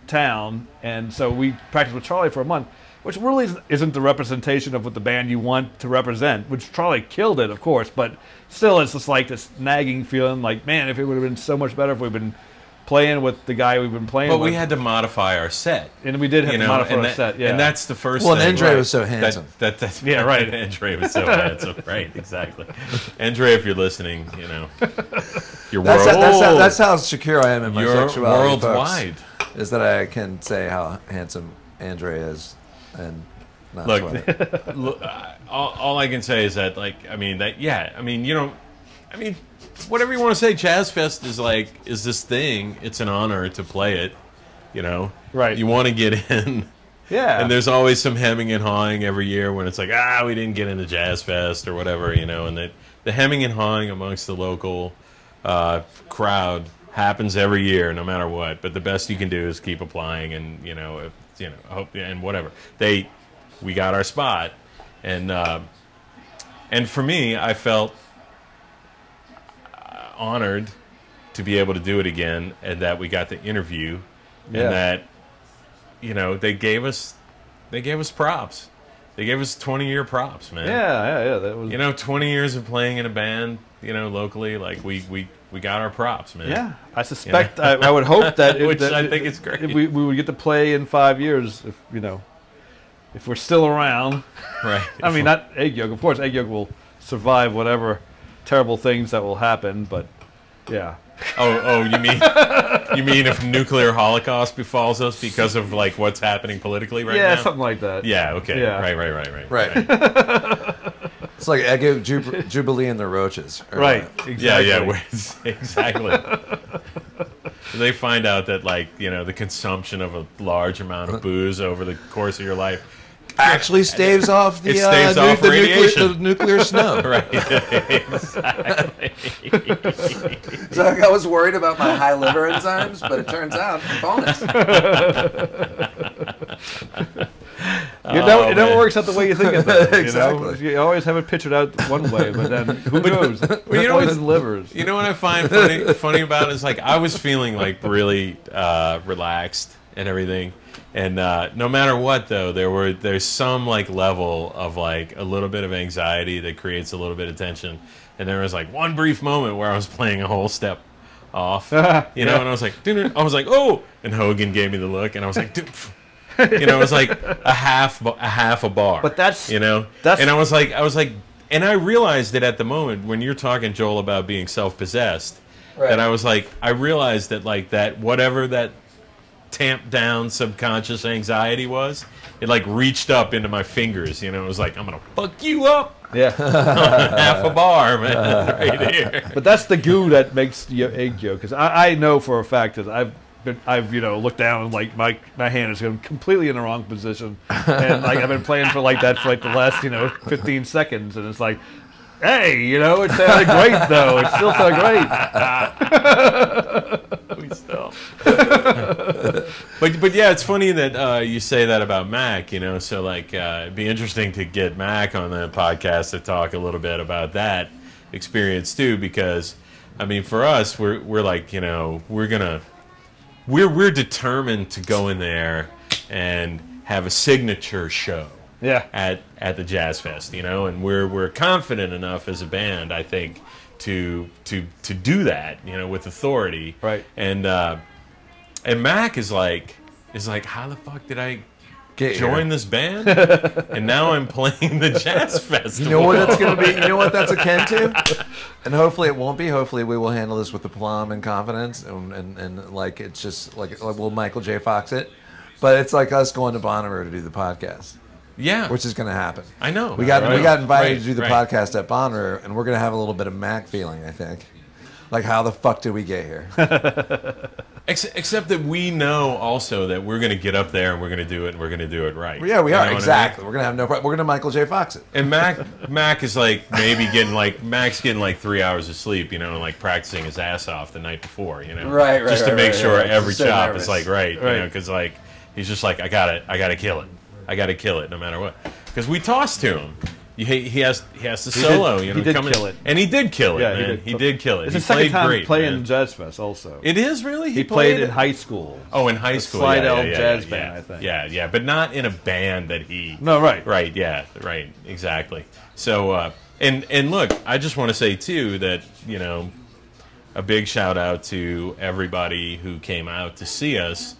C: town, and so we practiced with Charlie for a month, which really is- isn't the representation of what the band you want to represent. Which Charlie killed it, of course, but still, it's just like this nagging feeling, like man, if it would have been so much better if we'd been playing with the guy we've been playing.
A: But
C: with.
A: we had to modify our set.
C: and we did have
A: you
C: to
A: know,
C: modify
A: and
C: our
A: that-
C: set, yeah.
A: And that's the first
B: Well, and
A: thing.
B: Andre
A: right,
B: was so
A: that-
B: handsome.
A: That, that's <laughs>
C: Yeah, right.
A: Andre was so
C: <laughs>
A: handsome. Right, exactly. Andre, if you're listening, you know, your
B: That's,
A: world,
B: how, that's, how, that's how secure I am in my
A: your
B: sexuality.
A: world's
B: folks,
A: wide.
B: Is that I can say how handsome Andre is, and not
A: Look,
B: sweat it.
A: Look, I- all, all I can say is that, like, I mean, that, yeah, I mean, you know, I mean, whatever you want to say, Jazz Fest is like, is this thing. It's an honor to play it, you know?
C: Right.
A: You want to get in.
C: yeah,
A: And there's always some hemming and hawing every year when it's like, ah, we didn't get into Jazz Fest or whatever, you know, and the, the hemming and hawing amongst the local uh, uh, crowd happens every year, no matter what. But the best you can do is keep applying, and you know, if, you know, hope and whatever. They, we got our spot, and uh, and for me, I felt uh, honored to be able to do it again, and that we got the interview,
C: Yeah.
A: and that you know they gave us they gave us props. They gave us 20 year props, man.
C: Yeah, yeah, yeah. That was.
A: You know, 20 years of playing in a band, you know, locally, like we we we got our props, man.
C: yeah, I suspect. I, I would hope
A: <laughs>
C: that.
A: Which
C: that-
A: I think is great.
C: If we, we would get to play in five years, if you know, if we're still around.
A: <laughs> Right.
C: I mean, not egg yolk. Of course, egg yolk will survive whatever terrible things that will happen. But yeah,
A: Oh, oh, you mean you mean if nuclear holocaust befalls us because of like what's happening politically right
C: yeah,
A: now?
C: something like that.
A: yeah, okay.
C: Yeah.
A: Right, right, right, right. <laughs>
B: Right.
C: <laughs>
B: it's like Egg Ju- Jubilee and the Roaches. or
C: Right.
B: whatever.
C: Exactly.
A: Yeah, yeah, we're- <laughs> exactly. they find out that like, you know, the consumption of a large amount of booze over the course of your life.
B: Actually, staves off the,
A: It
B: uh,
A: staves
B: nu-
A: off
B: the, nuclear,
A: radiation.
B: the nuclear snow.
A: <laughs> Right.
B: So like, I was worried about my high liver enzymes, but it turns out <laughs> bonus.
C: You know,
A: Oh,
C: it never
A: man.
C: works out the way you think
A: <laughs>
C: it does. You, know?
B: Exactly.
C: you always have it pictured out one way, but
A: <laughs>
C: then who knows?
A: you know
C: Poison
A: what's- <laughs>
C: livers.
A: You know what I find funny funny about it is like I was feeling like really uh, relaxed and everything, and uh, no matter what though, there were there's some like level of like a little bit of anxiety that creates a little bit of tension, and there was like one brief moment where I was playing a whole step off, you know,
C: Yeah.
A: and I was like, dude, I was like, oh, and Hogan gave me the look, and I was like, dude. pff. You know, it was like a half, a half a bar.
C: But that's-
A: you know,
C: that's-
A: and I was like, I was like, and I realized it at the moment when you're talking Joel about being self-possessed,
B: Right.
A: and I was like, I realized that like that whatever that tamped down subconscious anxiety was, it like reached up into my fingers. You know, it was like I'm gonna fuck you up
C: Yeah,
A: half
C: Uh,
A: a bar, man, <laughs> right here.
C: but that's the goo that makes your egg yolk. Because I, I know for a fact that I've been, I've you know looked down and like my my hand is going completely in the wrong position, and like I've been playing for like that for like the last you know 15 seconds, and it's like, hey, you know, it sounded great though. It still sounded great.
A: We still. but but yeah, it's funny that uh, you say that about Mac. You know, so like uh, it'd be interesting to get Mac on the podcast to talk a little bit about that experience too, because I mean, for us, we're we're like you know we're gonna we're we're determined to go in there and have a signature show
C: Yeah.
A: at at the Jazz Fest, you know, and we're we're confident enough as a band, I think, to to to do that, you know, with authority.
C: Right.
A: And uh, and Mac is like is like, how the fuck did I
B: Get here.
A: join this band?
B: <laughs>
A: and now I'm playing the Jazz Festival.
B: You know what that's going to be? You know what that's
A: <laughs>
B: akin to? And hopefully it won't be. Hopefully we will handle this with aplomb and confidence, and, and, and like it's just like, like we'll Michael J. Fox it. But it's like us going to Bonnaroo to do the podcast,
A: Yeah.
B: which is going to happen.
A: I know.
B: We got
A: Right.
B: we got invited
A: Right,
B: to do the
A: right.
B: podcast at Bonnaroo, and we're going to have a little bit of Mac feeling, I think. Like how the fuck did we get here?
A: Ex- except that we know also that we're going to get up there and we're going to do it and we're going to do it right.
B: yeah, we
A: You know what
B: are
A: I mean?
B: exactly. We're going to have no. pro- We're going to Michael J. Fox it.
A: And Mac Mac is like maybe getting like Mac's getting like three hours of sleep, you know, and like practicing his ass off the night before, you know,
B: Right, right,
A: just to
B: right,
A: make
B: right,
A: sure
B: right.
A: every
B: So
A: chop
B: nervous.
A: is like right, you know,
C: Right.
A: because like he's just like I got to I got to kill it, I got to kill it no matter what, because we tossed to him. He, he has he has to solo, you know,
C: he did
A: come in-
C: kill it.
A: and he did kill it,
C: Yeah,
A: man. He did, kill it.
C: It's
A: he
C: his second
A: played
C: time
A: great,
C: playing
A: man.
C: Jazz Fest. Also,
A: It is really
C: he played in
A: it?
C: high school.
A: Oh, in high
C: The
A: school,
C: Slidell
A: yeah, yeah, yeah,
C: Jazz
A: yeah,
C: Band,
A: yeah.
C: I think.
A: Yeah, yeah, but not in a band that he.
C: No, right.
A: right, yeah, right, exactly. So, uh, and and look, I just want to say too that you know, a big shout out to everybody who came out to see us,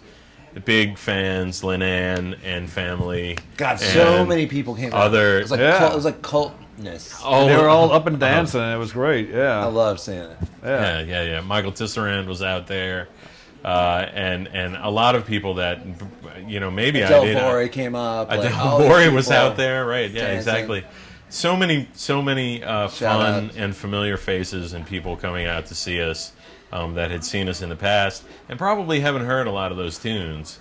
A: the big fans, Lynn Ann and family.
D: God, so
A: and
D: many people came.
A: other-
D: out. it was like
C: Yeah.
D: cult, it was like cultness.
A: All
C: they were all up and dancing. and It was great.
D: I
C: Yeah,
D: love seeing it.
A: Yeah,
C: yeah.
A: yeah, yeah. Michael Tisserand was out there, uh, and and a lot of people that you know maybe I
D: Del
A: did.
D: Bore came up.
A: Adele
D: like,
A: <laughs>
D: all these
A: Lowry was
D: people.
A: out there, right? Yeah,
D: dancing.
A: exactly. So many, so many uh,
D: Shout
A: fun
D: out.
A: and familiar faces and people coming out to see us um, that had seen us in the past and probably haven't heard a lot of those tunes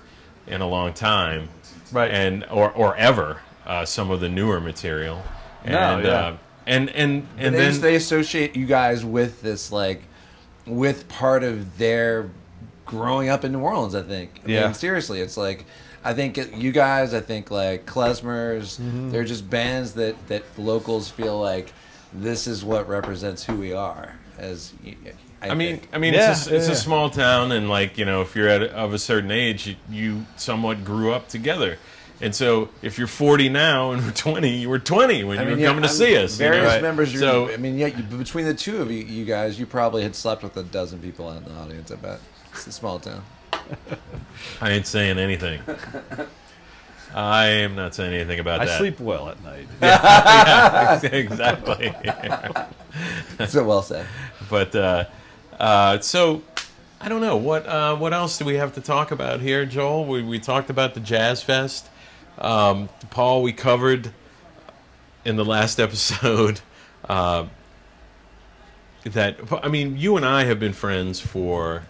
A: in a long time,
C: Right.
A: And or or ever uh, some of the newer material. And,
C: No, yeah.
A: uh, and and and
D: And they,
A: then
D: just- they associate you guys with this like
B: with part of their growing up in New Orleans. I think. I
C: Yeah.
B: Mean, seriously, it's like I think it- you guys. I think like klezmers.
A: Mm-hmm.
B: They're just bands that that locals feel like this is what represents who we are. As y- I,
A: I mean,
B: think.
A: I mean,
C: Yeah,
A: it's, a, it's
C: yeah.
A: a small town, and like you know, if you're at of a certain age, you, you somewhat grew up together. And so, if you're 40 now and we're 20, you were 20 when you were
B: yeah,
A: coming to
B: I'm-
A: see us. you know?
B: Various
A: Right.
B: members. You're,
A: So
B: I mean, yeah, you, between the two of you, you guys, you probably had slept with a dozen people out in the audience. I bet it's a small town.
A: I ain't saying
C: <laughs>
A: anything. I am not saying anything about
C: I
A: that.
C: sleep well at night.
A: Yeah, <laughs> exactly.
B: So well said.
A: but uh, uh, so I don't know what uh, what else do we have to talk about here, Joel? We we talked about the Jazz Fest. Um, Paul, we covered in the last <laughs> episode uh, that I mean, you and I have been friends for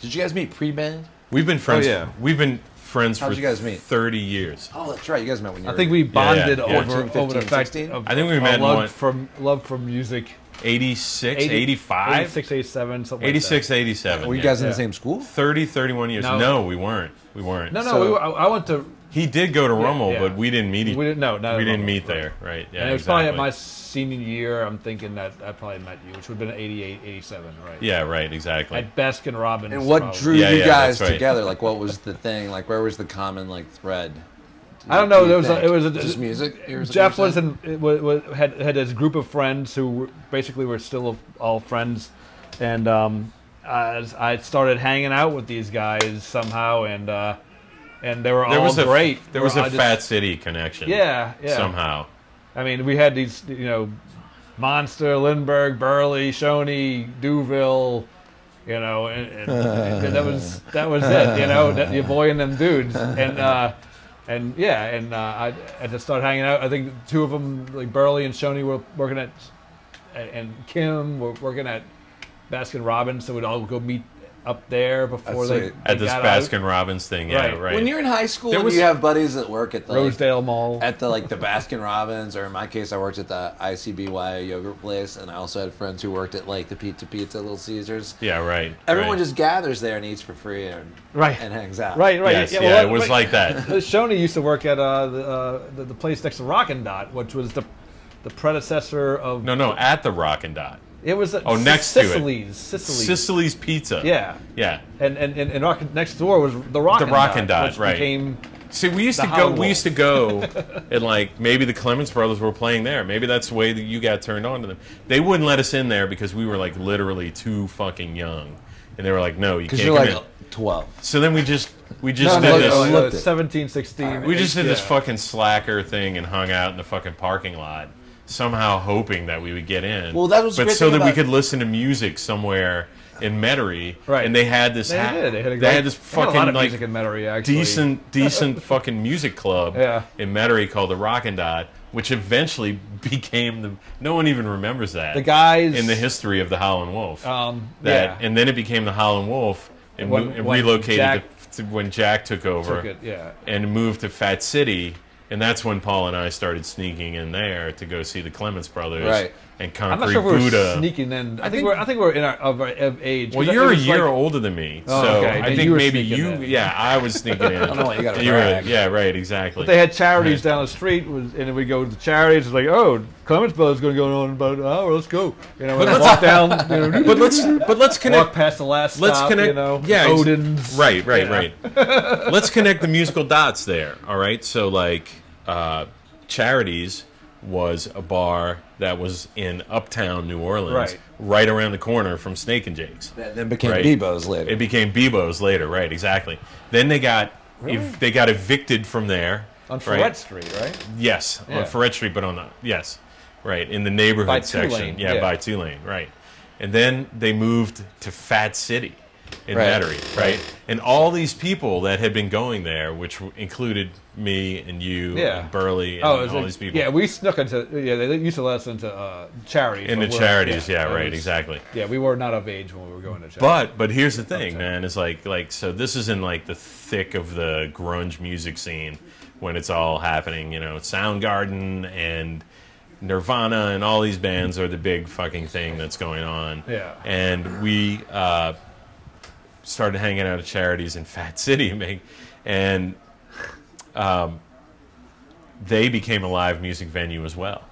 B: Did you guys meet pre-band?
A: we've been friends.
C: yeah.
A: we've been friends
B: Oh, How'd
A: for
B: you guys meet?
A: thirty years.
B: Oh, that's right. You guys met when you.
C: I
B: were-
C: think we bonded
A: yeah.
C: over
B: 14,
C: over the
B: 15,
C: fact
B: 16?
C: of
A: I think we
C: our
A: met
C: love
A: one-
C: from love for music.
A: 86,
C: 80
A: 85,
C: 86, 87, something
A: 86, 87.
B: Were you
A: yeah.
B: guys in
C: Yeah.
B: the same school?
A: 30, 31 years.
C: No.
A: No, we weren't. We weren't.
C: Like that. No, no,
B: So-
C: we were, I, I went to.
A: He did go to Rummel,
C: yeah.
A: but we didn't meet.
C: We didn't know.
A: we didn't meet there, right? Yeah,
C: Uh, and it was probably at
A: exactly.
C: my senior year. I'm thinking that I probably met you, which would have been 88, 87, right?
A: Yeah, right. Exactly.
C: At Baskin Robbins.
B: And what
C: probably.
B: drew
A: Yeah,
B: you
A: yeah,
B: guys
A: that's right.
B: together? Like, what was the thing? Like, where was the common like thread?
C: I don't know.
B: You
C: Oh, There was a,
B: think?
C: it was a,
B: just music. It was-
C: Jeff
B: it
C: was in it wa- wa- had had his group of friends who were, basically were still all friends, and um, as I started hanging out with these guys somehow, and uh, and they were
A: there
C: all
A: was a
C: great.
A: there was
C: We're-
A: a
C: I just-
A: Fat City connection.
C: Yeah, yeah.
A: Somehow.
C: I mean, we had these, you know, Monster, Lindbergh, Burley, Shoney, Duville, you know, and, and, and that was that was it, you know, that, your boy and them dudes, and uh, and yeah, and uh, I, I just started hanging out. I think two of them, like Burley and Shoney, were working at, and Kim were working at Baskin Robbins, so we'd all go meet up there before
B: That's
C: they,
B: sweet.
C: they
A: At this
C: got out.
A: Baskin Robbins thing. Yeah,
C: Right.
A: right.
B: When you're in high school,
A: There
B: and
A: was-
B: you have buddies that work at the like,
C: Rosedale Mall.
B: at the like the Baskin Robbins, or in my case, I worked at the ICBY yogurt place, and I also had friends who worked at like the Pizza Pizza, Little Caesars.
A: yeah, right.
B: Everyone
A: right.
B: just gathers there and eats for free and
C: Right.
B: and hangs out.
C: right, right,
A: Yes, yeah,
C: well,
A: it was
C: right.
A: like
C: <laughs>
A: that.
C: Uh, Shoney used to work at uh, the, uh, the the place next to Rockin' Dot, which was the the predecessor of
A: No, no, at the Rock and Dot.
C: It was uh,
A: Oh,
C: Sic-
A: next to it.
C: Sicily's, Sicily's,
A: Sicily's Pizza.
C: yeah,
A: Yeah.
C: and and and, and Rock, next door was the Rockin'
A: The Rockin' Dot,
C: which
A: right.
C: Became,
A: See, we used
C: The
A: to go.
C: Hollow
A: We used to
C: <laughs>
A: go, and like maybe the Clements brothers were playing there. Maybe that's the way that you got turned on to them. They wouldn't let us in there because we were like literally too fucking young, and they were like, "No, you can't
B: Because you're
A: come
B: like
A: in."
B: twelve.
A: So then we just we just
B: No,
A: did
B: no,
A: this.
B: no, looked it.
C: 17, 16.
A: We just did this
C: uh, yeah.
A: fucking slacker thing and hung out in the fucking parking lot, somehow hoping that we would get in.
B: Well, that was the
A: but
B: great
A: so
B: thing
A: that we
B: about-
A: could listen to music somewhere in Metairie,
C: Right.
A: And they had this.
C: They
A: ha-
C: did. They had a great,
A: this
C: they had
A: fucking
C: a lot of
A: like
C: music in Metairie, actually. <laughs>
A: decent, decent fucking music club
C: Yeah.
A: in Metairie called the Rock and Dot, which eventually <laughs> became the. No one even remembers that
C: The guys
A: in the history of the Howlin' Wolf.
C: Um,
A: that
C: yeah.
A: and then it became the Howlin' Wolf and,
C: When-
A: mo- and
C: when
A: relocated
C: Jack-
A: to, to when Jack took over
C: Took it, yeah.
A: and moved to Fat City. And that's when Paul and I started sneaking in there to go see the Clements Brothers
B: Right.
A: and
C: I'm
A: Concrete
C: not sure if we were
A: Buddha.
C: sneaking in. I, think,
A: think-
C: we're I think we're in our of, our, of age.
A: well,
C: 'Cause it
A: you're a
C: was
A: year
C: like-
A: older than me,
C: Oh,
A: so
C: okay.
A: I
C: Then
A: think
C: you were
A: maybe
C: sneaking
A: you.
C: in.
A: Yeah, I
C: <laughs>
A: was sneaking in. I
B: don't know why you gotta brag.
A: yeah, right, exactly.
C: They had charities down the street, was, and we go to the charities. It's like, oh, Clements Brothers going to go on in about an hour. Let's go. You know, and walk down. You know,
A: but let's but let's
C: <laughs> walk
A: connect.
C: past the last
A: Let's
C: stop.
A: connect.
C: You know,
A: yeah, ex-
C: Odin's.
A: Right, right,
C: Yeah.
A: right. <laughs> let's connect the musical dots there. All right, so like uh, charities was a bar that was in uptown New Orleans,
C: Right.
A: right around the corner from Snake and Jake's.
B: That then became
A: Right.
B: Bebo's later.
A: It became Bebo's later, right? Exactly. Then they got if they got evicted from there.
C: on
A: right?
C: Fred Street, right?
A: Yes,
C: Yeah.
A: on Ferret Street, but on the yes, right in the neighborhood
C: By
A: section.
C: Tulane,
A: yeah,
C: yeah.
A: by Tulane, right. And then they moved to Fat City in
B: Right,
A: Metairie, right? And all these people that had been going there, which w- included me and you,
C: Yeah.
A: and Burley, and
C: Oh, it was
A: all
C: like-
A: these people,
C: Yeah, we snuck into. Yeah, they used to let us into uh, charities.
A: in the
C: but we're-
A: charities, yeah,
C: that
A: right,
C: was-
A: exactly.
C: Yeah, we were not of age when we were going to charities.
A: But but here's the thing,
C: Uptown.
A: man. Is like like so this is in like the thick of the grunge music scene when it's all happening. You know, Soundgarden and Nirvana and all these bands are the big fucking thing that's going on.
C: Yeah.
A: And we uh, started hanging out at charities in Fat City, <laughs> make, and um, they became a live music venue as well.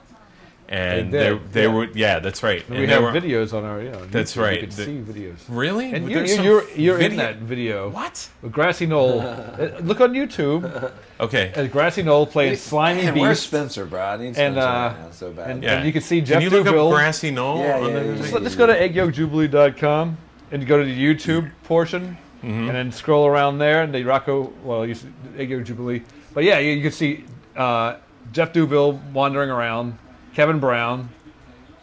A: And
C: They
A: they,
C: did,
A: they
C: yeah.
A: were yeah, that's right.
C: We
A: and they
C: have
A: were,
C: videos on our yeah. on
A: That's
C: YouTube. You
A: right.
C: could
A: The-
C: see videos.
A: Really?
C: And you,
A: There's
C: you,
A: some
C: you're you're in
A: video-
C: that video.
A: What?
C: With
A: <laughs>
C: Grassy Knoll. Uh, Look on YouTube
A: Okay.
C: at Grassy Knoll playing Slimy
B: Man, where's
C: Beast.
B: Spencer, bro? I need Spencer
C: And, uh,
B: right now so bad.
C: and-
A: yeah.
C: you can see
A: Can
C: Jeff
A: you look
C: Duvel.
A: up Grassy Knoll?
B: Yeah,
A: on
B: yeah,
A: the-
B: yeah,
C: Just, let- just go to eggyolkjubilee.com and go to the YouTube portion
A: Mm-hmm.
C: and then scroll around there and the Rocco, well, you see Egg Yolk Jubilee. But yeah, you, you can see uh, Jeff Duville wandering around, Kevin Brown,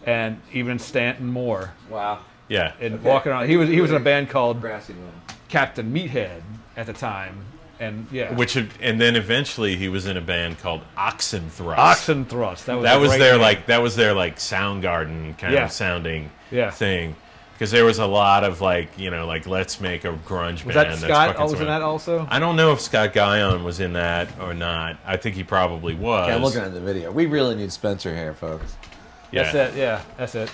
C: and even Stanton Moore.
B: wow.
A: yeah.
C: And walking around, he was he was in a band called
B: Grassy knoll.
C: Captain Meathead at the time, and yeah,
A: Which and then eventually he was in a band called Oxen Thrust.
C: Oxen Thrust. That was
A: That
C: a
A: was
C: great
A: their
C: name.
A: like that was their like Soundgarden kind
C: Yeah.
A: of sounding
C: Yeah.
A: thing. Because there was a lot of like you know like let's make a grunge band.
C: was that
A: that's
C: Scott?
A: fucking
C: Oh, was in
A: sweet.
C: that also?
A: I don't know if Scott Guyon was in that or not. I think he probably was.
B: Yeah, I'm looking at the video. We really need Spencer here, folks.
A: Yeah.
C: That's it. Yeah, that's it.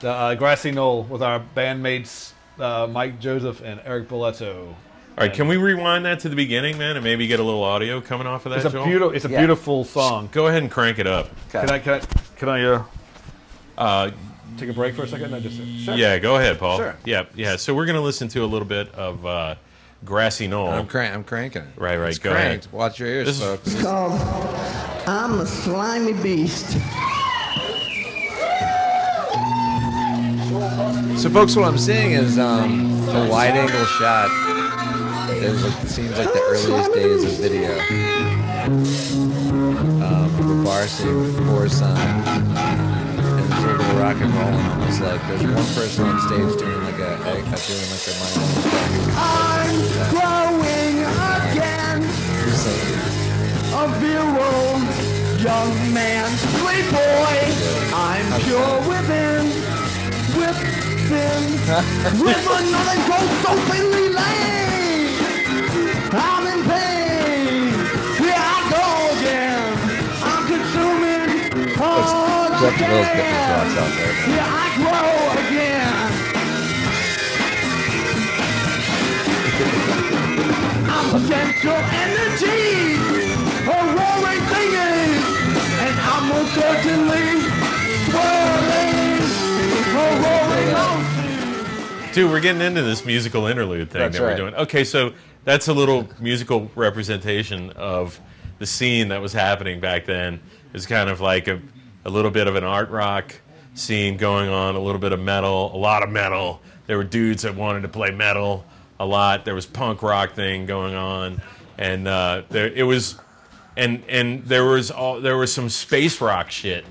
C: The uh, grassy knoll with our bandmates uh, Mike Joseph and Eric Boletto.
A: All right, can we rewind that to the beginning, man, and maybe get a little audio coming off of that?
C: It's a
A: Joel?
C: beautiful. It's a
B: Yeah.
C: beautiful song.
A: Go ahead and crank it up.
C: Can I? Can I? Can I? Uh,
A: Uh,
C: take a break for a second. I just.
A: Yeah, go ahead, Paul.
B: Sure.
A: Yeah, yeah. So we're gonna listen to a little bit of uh, Grassy Knoll.
B: I'm, crank, I'm cranking it.
A: Right, right,
B: It's
A: go
B: cranked.
A: ahead.
B: Watch your ears,
A: This is-
B: folks.
E: called I'm a Slimy Beast.
B: So, folks, what I'm seeing is um, a wide angle shot. Is, it seems like <laughs> the earliest days of video. Um, the bar scene, four sign, and there's a little rock and roll, and almost like there's one person on stage doing like a, a, a doing like a minor.
E: I'm growing again,
B: It's like,
E: a virile young man, playboy. I'm pure within, within, with another ghost openly laid. I'm in pain. Here I go again. I'm consuming all I
B: Jeff Will's getting his
E: can.
B: rocks out there.
E: Here I grow again. I'm potential energy, a roaring thingy, and I'm most certainly swirling, a roaring mountain.
A: Dude, we're getting into this musical interlude thing
B: That's
A: that we're
B: right.
A: doing. Okay, so that's a little musical representation of the scene that was happening back then. It's kind of like a, a little bit of an art rock scene going on, a little bit of metal, a lot of metal. There were dudes that wanted to play metal a lot. There was punk rock thing going on, and uh, there it was, and and there was all there was some space rock shit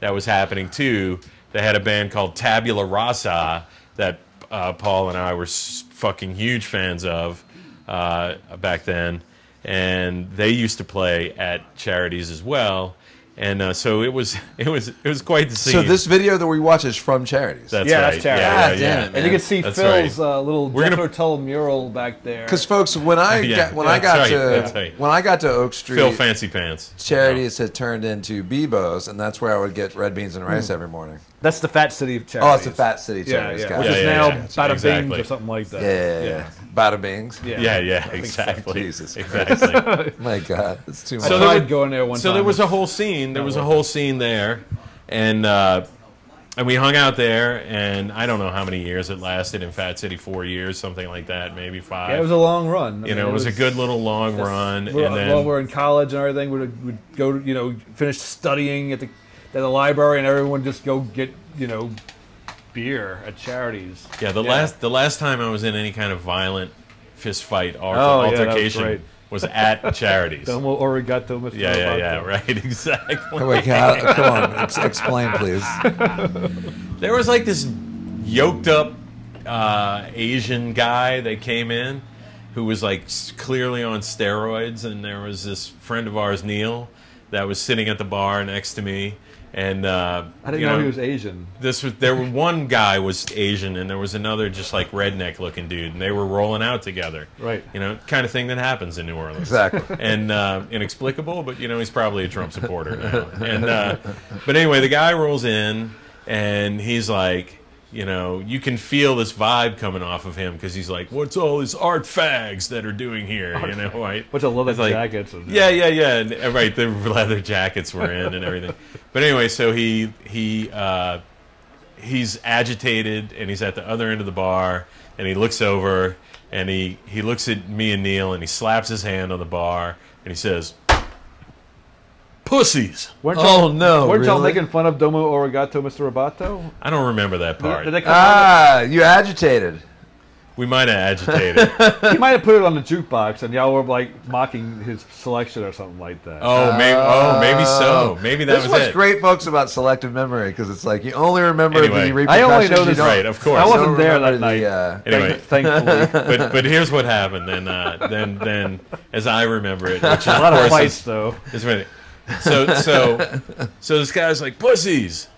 A: that was happening too. They had a band called Tabula Rasa that uh, Paul and I were s- fucking huge fans of uh, back then, and they used to play at charities as well. And uh, so it was, <laughs> it was, it was quite the scene.
B: so this video that we watch is from charities.
A: that's
C: Yeah,
A: right.
C: that's charity.
A: Yeah,
B: God
A: yeah,
B: damn
A: yeah.
B: it, man.
C: And you can see
A: That's
C: Phil's
A: right.
C: uh, little
A: We're gonna-
C: Jethro Tull mural back there.
B: Because, folks, when
A: <laughs>
B: I
A: Yeah,
B: got, when
A: yeah,
B: I got
A: that's right,
B: to
A: that's right.
B: when I got to Oak Street,
A: Phil Fancy Pants.
B: charities had turned into Bebo's, and that's where I would get red beans and rice every morning.
C: that's the Fat City of Charity.
B: Oh, it's a fat city
C: Yeah, yeah.
B: charities.
C: Which
B: gotcha.
A: Yeah,
C: is
A: yeah,
C: now
A: yeah.
C: Bada
A: Exactly.
C: Bings or something like that.
B: Yeah, yeah, yeah. Bada bings.
C: Yeah.
A: Yeah, yeah,
C: think so.
A: exactly.
B: Jesus Christ.
A: Exactly.
B: <laughs> My God, it's too <laughs> much.
A: So
C: I
A: there
C: tried
A: were-
C: going there one
A: so
C: time.
A: there was a whole scene. There was a whole scene there, and uh, and we hung out there, and I don't know how many years it lasted in Fat City. Four years, something like that, maybe five.
C: Yeah, it was a long run. I
A: you
C: mean,
A: know, it was, a good little long run,
C: Well,
A: and
C: while
A: then
C: we were in college and everything, we'd, we'd go, to, you know, finish studying at the at the library, and everyone would just go get, you know, beer at charities.
A: yeah, the last the last time I was in any kind of violent fist fight or
C: Oh, yeah, that was
A: altercation
C: great.
A: was, at
C: <laughs>
A: charities. yeah,
C: Domo Origato, Mr.
A: yeah, yeah,
C: Roboto.
A: right, <laughs> exactly.
B: Oh my God, come on, ex- explain, please.
A: There was like this yoked up uh, Asian guy that came in who was like s- clearly on steroids, and there was this friend of ours, Neil, that was sitting at the bar next to me, and uh,
C: I didn't
A: you
C: know, he was Asian.
A: this was there were one guy was Asian and there was another just like redneck looking dude and they were rolling out together.
C: Right.
A: You know, kind of thing that happens in New Orleans.
B: Exactly.
A: <laughs> And uh, inexplicable, but you know he's probably a Trump supporter now. And uh, but anyway, the guy rolls in and he's like, you know, you can feel this vibe coming off of him because he's like, what's all these art fags that are doing here? you know, right?
C: Which I love
A: It's
C: that jackets. And,
A: yeah, yeah, yeah. And, uh, right, the leather jackets were in and everything.
C: <laughs>
A: But anyway, so he he uh, he's agitated and he's at the other end of the bar and he looks over and he he looks at me and Neil and he slaps his hand on the bar and he says, "Pussies."
C: Weren't
B: Oh,
C: y'all-
B: no,
C: Weren't y'all
B: really?
C: making fun of Domo Origato, Mr. Roboto?
A: I don't remember that part.
C: Did they come
B: Ah, you agitated.
A: we might have
C: <laughs>
A: agitated.
C: out? He might have put it on the jukebox, and y'all were like mocking his selection or something like that.
A: oh, maybe. Oh, maybe so.
C: Uh,
B: Oh.
A: Maybe that
B: this
A: was
B: what's
A: it.
B: great, folks, about selective memory because it's like you only remember
A: Anyway.
B: the repercussions.
C: I only know
B: you
C: this-
B: don't-
A: Right, of course.
C: I
B: you don't
C: wasn't there
B: remember
C: that night.
B: The, uh,
A: Anyway,
C: Thank- thankfully.
A: but but here's what happened then uh, then then as I remember it, which is,
C: <laughs> A lot
A: of
C: of
A: course,
C: fights,
A: is-
C: though.
A: is when it- so so so this guy's like pussies,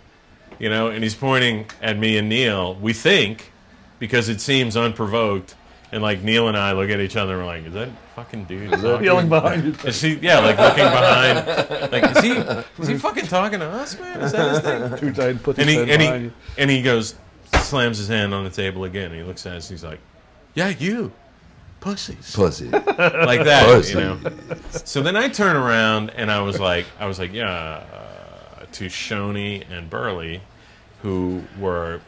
A: you know, and he's pointing at me and Neil. We think because it seems unprovoked, and like Neil and I look at each other and we're like, is that fucking dude? talking?"
C: Yelling <laughs> behind you.
A: Is he, yeah, like looking behind. Like, is he is he fucking talking to us, man? Is that his thing?
C: Two times put
A: and he
C: his hand
A: and
C: behind
A: he
C: you.
A: and he goes slams his hand on the table again. And he looks at us. and He's like, "Yeah, you, pussies,
B: pussy.
A: like that."
B: Pussy.
A: You know. So then I turn around and I was like, I was like, yeah, uh, to Shoney and Burley, who were,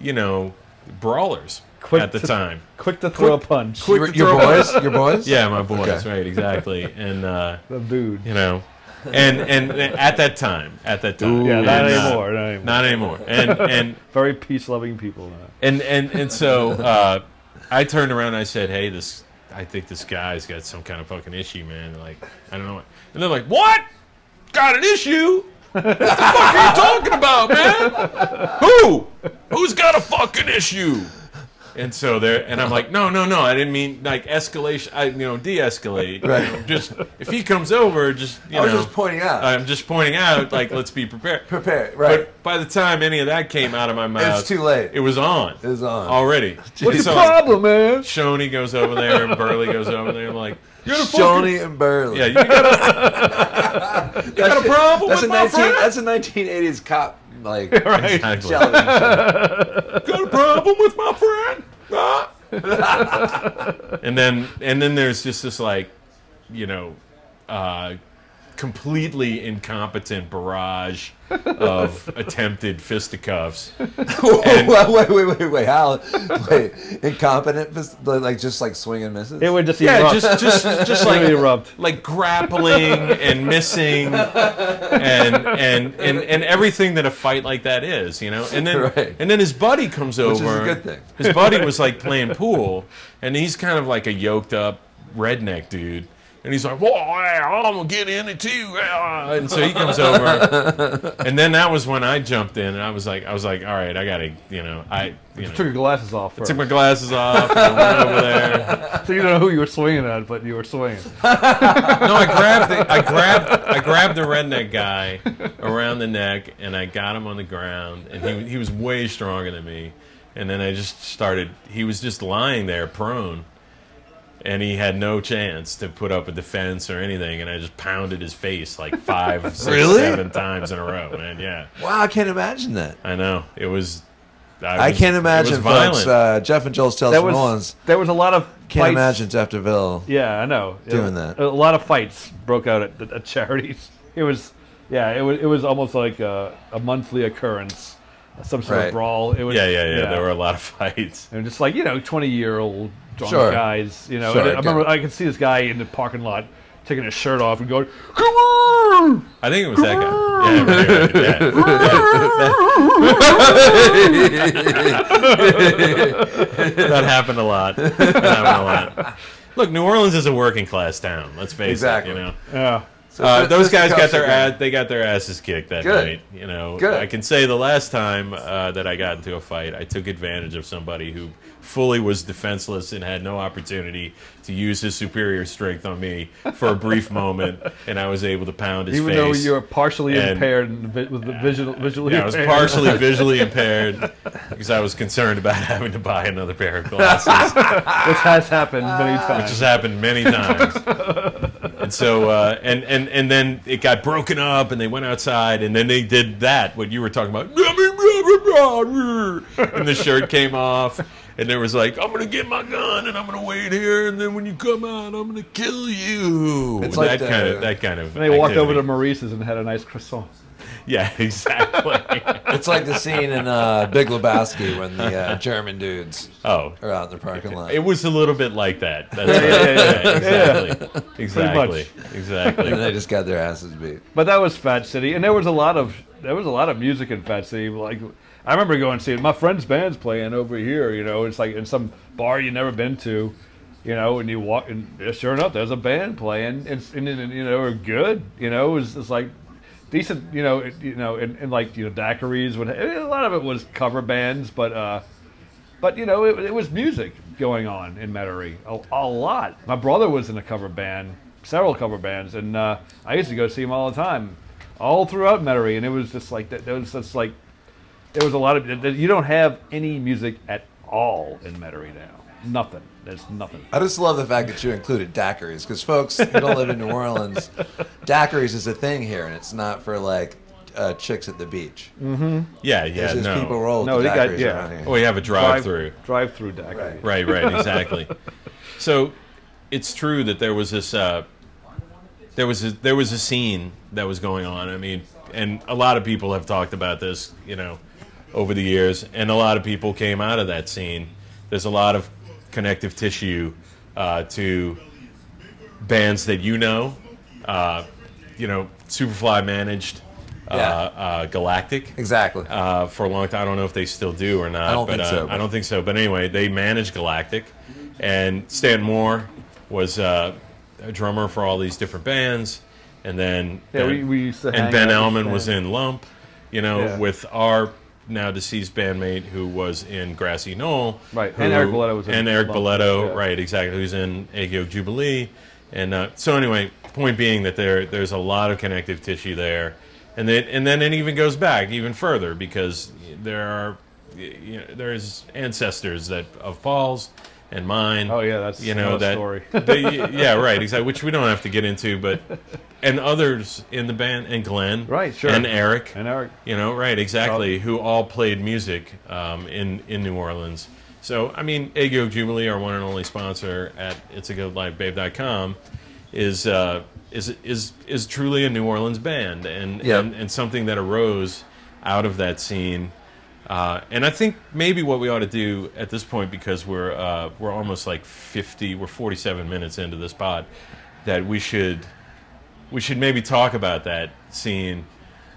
A: you know, brawlers
C: Quick
A: at the
C: to- <laughs>
A: time.
C: Quick to throw a punch.
B: your, your boys, your boys.
A: Yeah, my boys, right? Exactly. And uh,
C: The dude.
A: you know. And, and and at that time, at that time,
C: Yeah, not
A: And, uh,
C: anymore, not anymore.
A: not anymore. And and
C: Very peace loving people. uh,
A: and and and so uh, I turned around and I said, "Hey, this I think this guy's got some kind of fucking issue, man. Like I don't know." What. And they're like, "What? Got an issue? What the fuck are you talking about, man? Who? Who's got a fucking issue?" And so there, and I'm like, "No, no, no. I didn't mean like escalation. I you know de-escalate. You
B: Right.
A: know, just if he comes over, just you
B: I was
A: know."
B: just pointing out.
A: I'm just pointing out, like, let's be prepared.
B: Prepare, right?
A: But by the time any of that came out of my mouth,
B: too late.
A: It was on. It
B: was on.
A: already.
C: What's
A: It's
C: the
A: on.
C: problem, man?
A: Shoney goes over there and Burley goes over there. I'm like, you're the fucking.
B: Shoney and Burley.
A: Yeah, you got a, <laughs> you got a problem
B: that's a
A: with my
B: 19,
A: friend.
B: that's a 1980s cop like
A: Exactly.
B: television show.
A: <laughs> got a problem with my friend. Ah. and then and then there's just this like, you know, uh, completely incompetent barrage of attempted fisticuffs. And-
B: <laughs> wait, wait, wait, wait, wait, how? <laughs> Wait, incompetent, fist- like just like swing and misses.
C: It would just
A: Yeah,
C: erupt.
A: just
C: <laughs>
A: just
B: <laughs>
A: just
C: It would
A: like
C: erupt.
A: like grappling and missing and and and and everything that a fight like that is, you know. And then
B: Right.
A: and then his buddy comes over.
B: is a good thing.
A: His buddy was like playing pool, and he's kind of like a yoked up redneck dude. And he's like, "Whoa, I'm gonna get in it too." ah." And so he comes over,
B: <laughs>
A: and then that was when I jumped in, and I was like, "I was like, all right, I gotta, you know, I, you
C: Took
A: know,
C: your glasses off first.
A: took my glasses off, and I went over there,
C: So you don't know who you were swinging at, but you were swinging.
A: No, I grabbed the, I grabbed I grabbed the redneck guy around the neck and I got him on the ground and he he was way stronger than me. And then I just started he was just lying there prone and he had no chance to put up a defense or anything and I just pounded his face like five, six, seven
B: Really?
A: times in a row, man. Yeah.
B: wow, I can't imagine that.
A: I know. It was
B: I
A: was-
B: can't
A: it
B: imagine,
A: was violent.
B: folks. Uh, Jeff and Joel's Tales
C: That
B: from
C: was
B: Orleans.
C: there was a lot of
B: Can't
C: fights.
B: imagine Jeff DeVille.
C: Yeah, I know. It-
B: Doing that.
C: A lot of fights broke out at, at charities. It was, yeah, it was it was almost like a, a monthly occurrence, some sort
B: Right.
C: of brawl. It was,
A: yeah, yeah, yeah, There were a lot of fights.
C: and just like you know, twenty year old drunk
B: Sure.
C: guys. You know,
B: Sure,
C: and I
B: I get
C: remember
B: it.
C: I could see this guy in the parking lot taking his shirt off and going, "Come on!"
A: I think it was that guy. Yeah, right, right, yeah.
B: Ah. <laughs>
A: that happened a lot. That happened a lot. Look, New Orleans is a working class town. Let's face
B: Exactly.
A: it. You know,
C: Yeah.
B: So
A: Uh,
B: this-
A: those
B: this
A: guys got
B: comes
A: their
B: again.
A: ass, they got their asses kicked that
B: Good.
A: night. You know,
B: Good.
A: I can say the last time uh, that I got into a fight, I took advantage of somebody who fully was defenseless and had no opportunity to use his superior strength on me for a brief moment, and I was able to pound his
C: Even
A: face.
C: though you were partially
A: And-
C: impaired and vi- with the visual, visually
A: yeah, I was
C: impaired.
A: partially visually impaired because I was concerned about <laughs> having to buy another pair of glasses.
C: which has happened many
A: which
C: times.
A: has happened many times. and so, uh, and and and then it got broken up, and they went outside, and then they did that what you were talking about, and the shirt came off, and there was like, I'm gonna get my gun, and I'm gonna wait here, and then when you come out, I'm gonna kill you.
B: It's
A: that
B: like the-
A: kind of that kind of.
C: And they walked over to
A: activity.
C: Maurice's and had a nice croissant.
A: Yeah, <laughs> exactly.
B: <laughs> It's like the scene in uh, Big Lebowski when the uh, German dudes
A: oh.
B: are out in the parking lot.
A: It was a little bit like that. That's right.
C: yeah, yeah,
A: Yeah, exactly.
C: much.
A: Exactly. Exactly.
B: and they just got their asses beat.
C: But that was Fat City, and there was a lot of there was a lot of music in Fat City. Like I remember going and seeing my friend's band's playing over here. You know, it's like in some bar you've never been to. You know, and you walk, and yeah, sure enough, there's a band playing, and, and, and you know, are good. You know, it was it's like decent. You know, it, you know, and, and like you know, daiquiris. Would a lot of it was cover bands, but uh, but you know, it, it was music going on in Metairie a, a lot. My brother was in a cover band, several cover bands, and uh, I used to go see him all the time, all throughout Metairie, and it was just like that. There was just like there was a lot of that- that- you don't have any music at all in Metairie now. Nothing. There's nothing.
B: I just love the fact that you included daiquiris because, folks, who don't live in New Orleans, daiquiris is a thing here, and it's not for like uh, chicks at the beach.
A: Yeah, yeah,
B: It's just
A: no.
B: people roll with
C: No,
B: the
C: they got-
B: daiquiris
C: yeah.
B: around here.
A: Well, we have a drive-through.
C: Drive through daiquiri.
A: Right,
B: Right.
A: right, exactly. so, it's true that there was this, uh, there was a, there was a scene that was going on. I mean, and a lot of people have talked about this, you know, over the years, and a lot of people came out of that scene. There's a lot of connective tissue uh, to bands that you know, uh, you know, Superfly managed. Uh,
B: Yeah.
A: uh, Galactic
B: Exactly.
A: uh, for a long time. I don't know if they still do or not.
B: I don't
A: but,
B: think
A: uh,
B: so, but-
A: I don't think so. But anyway, they managed Galactic, and Stan Moore was uh, a drummer for all these different bands, and then uh,
C: Yeah, we- we used to
A: and
C: hang
A: Ben
C: out with
A: Elman was
C: Stan.
A: in Lump, you know,
C: Yeah.
A: with our now deceased bandmate who was in Grassy Knoll,
C: Right,
A: who-
C: and Eric Boletto was in
A: and Eric
C: Lump,
A: Boletto,
C: yeah.
A: right, exactly, who's in Agio Jubilee, and uh, so anyway, point being that there there's a lot of connective tissue there, and then and then it even goes back even further because there are you know, there's ancestors that of Paul's and mine.
C: Oh, yeah, that's
A: you know
C: another
A: that
C: story.
A: <laughs> they, yeah right exactly which we don't have to get into but and others in the band and Glenn
C: Right, sure.
A: and Eric
C: And Eric.
A: you know, right? Exactly. Who all played music um, in in New Orleans. So I mean, Ago Jubilee, our one and only sponsor at itsagoodlifebabe.com, is uh, is is is truly a New Orleans band and
B: Yeah.
A: and, and something that arose out of that scene. Uh, and I think maybe what we ought to do at this point, because we're uh, we're almost like fifty, we're forty seven minutes into this pod, that we should we should maybe talk about that scene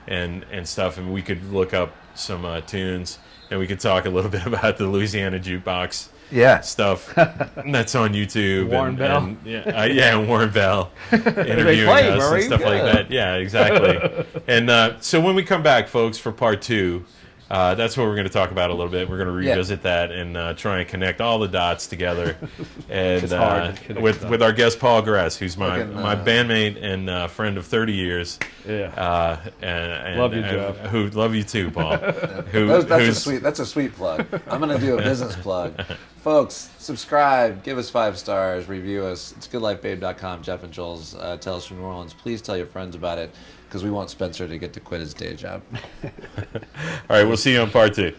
A: and and stuff, and we could look up some uh, tunes, and we could talk a little <laughs> bit about the Louisiana jukebox
B: yeah.
C: <laughs>
A: stuff that's on YouTube.
C: Warren
A: and,
C: Bell.
A: and- yeah, uh, yeah, and Warren
C: <laughs>
A: Bell interviewing
C: play,
A: us and
C: Murray.
A: stuff like
C: Yeah.
A: that. Yeah,
C: <laughs>
A: exactly. and uh, so when we come back, folks, for part two. Uh, that's what we're going to talk about a little bit. We're going to
B: Yeah.
A: revisit that and uh, try and connect all the dots
C: <laughs>
A: together, and
C: It's hard
A: uh,
C: to connect
A: with
C: them.
A: with our guest Paul Grass, who's my
B: Fucking,
A: my
B: uh,
A: bandmate and uh, friend of thirty years.
C: Yeah.
A: Uh, and, and,
C: Love you,
A: and
C: Jeff.
A: Who love you too,
C: <laughs>
A: Paul. who,
B: That's, that's a
A: who's-
B: sweet. That's a sweet plug. I'm gonna
A: <laughs>
B: do a business plug, folks. Subscribe, give us five stars, review us. It's goodlifebabe.com. Jeff and Joel's uh, tell us from New Orleans. Please tell your friends about it, because we want Spencer to get to quit his day job.
A: All right, we'll see you on part two.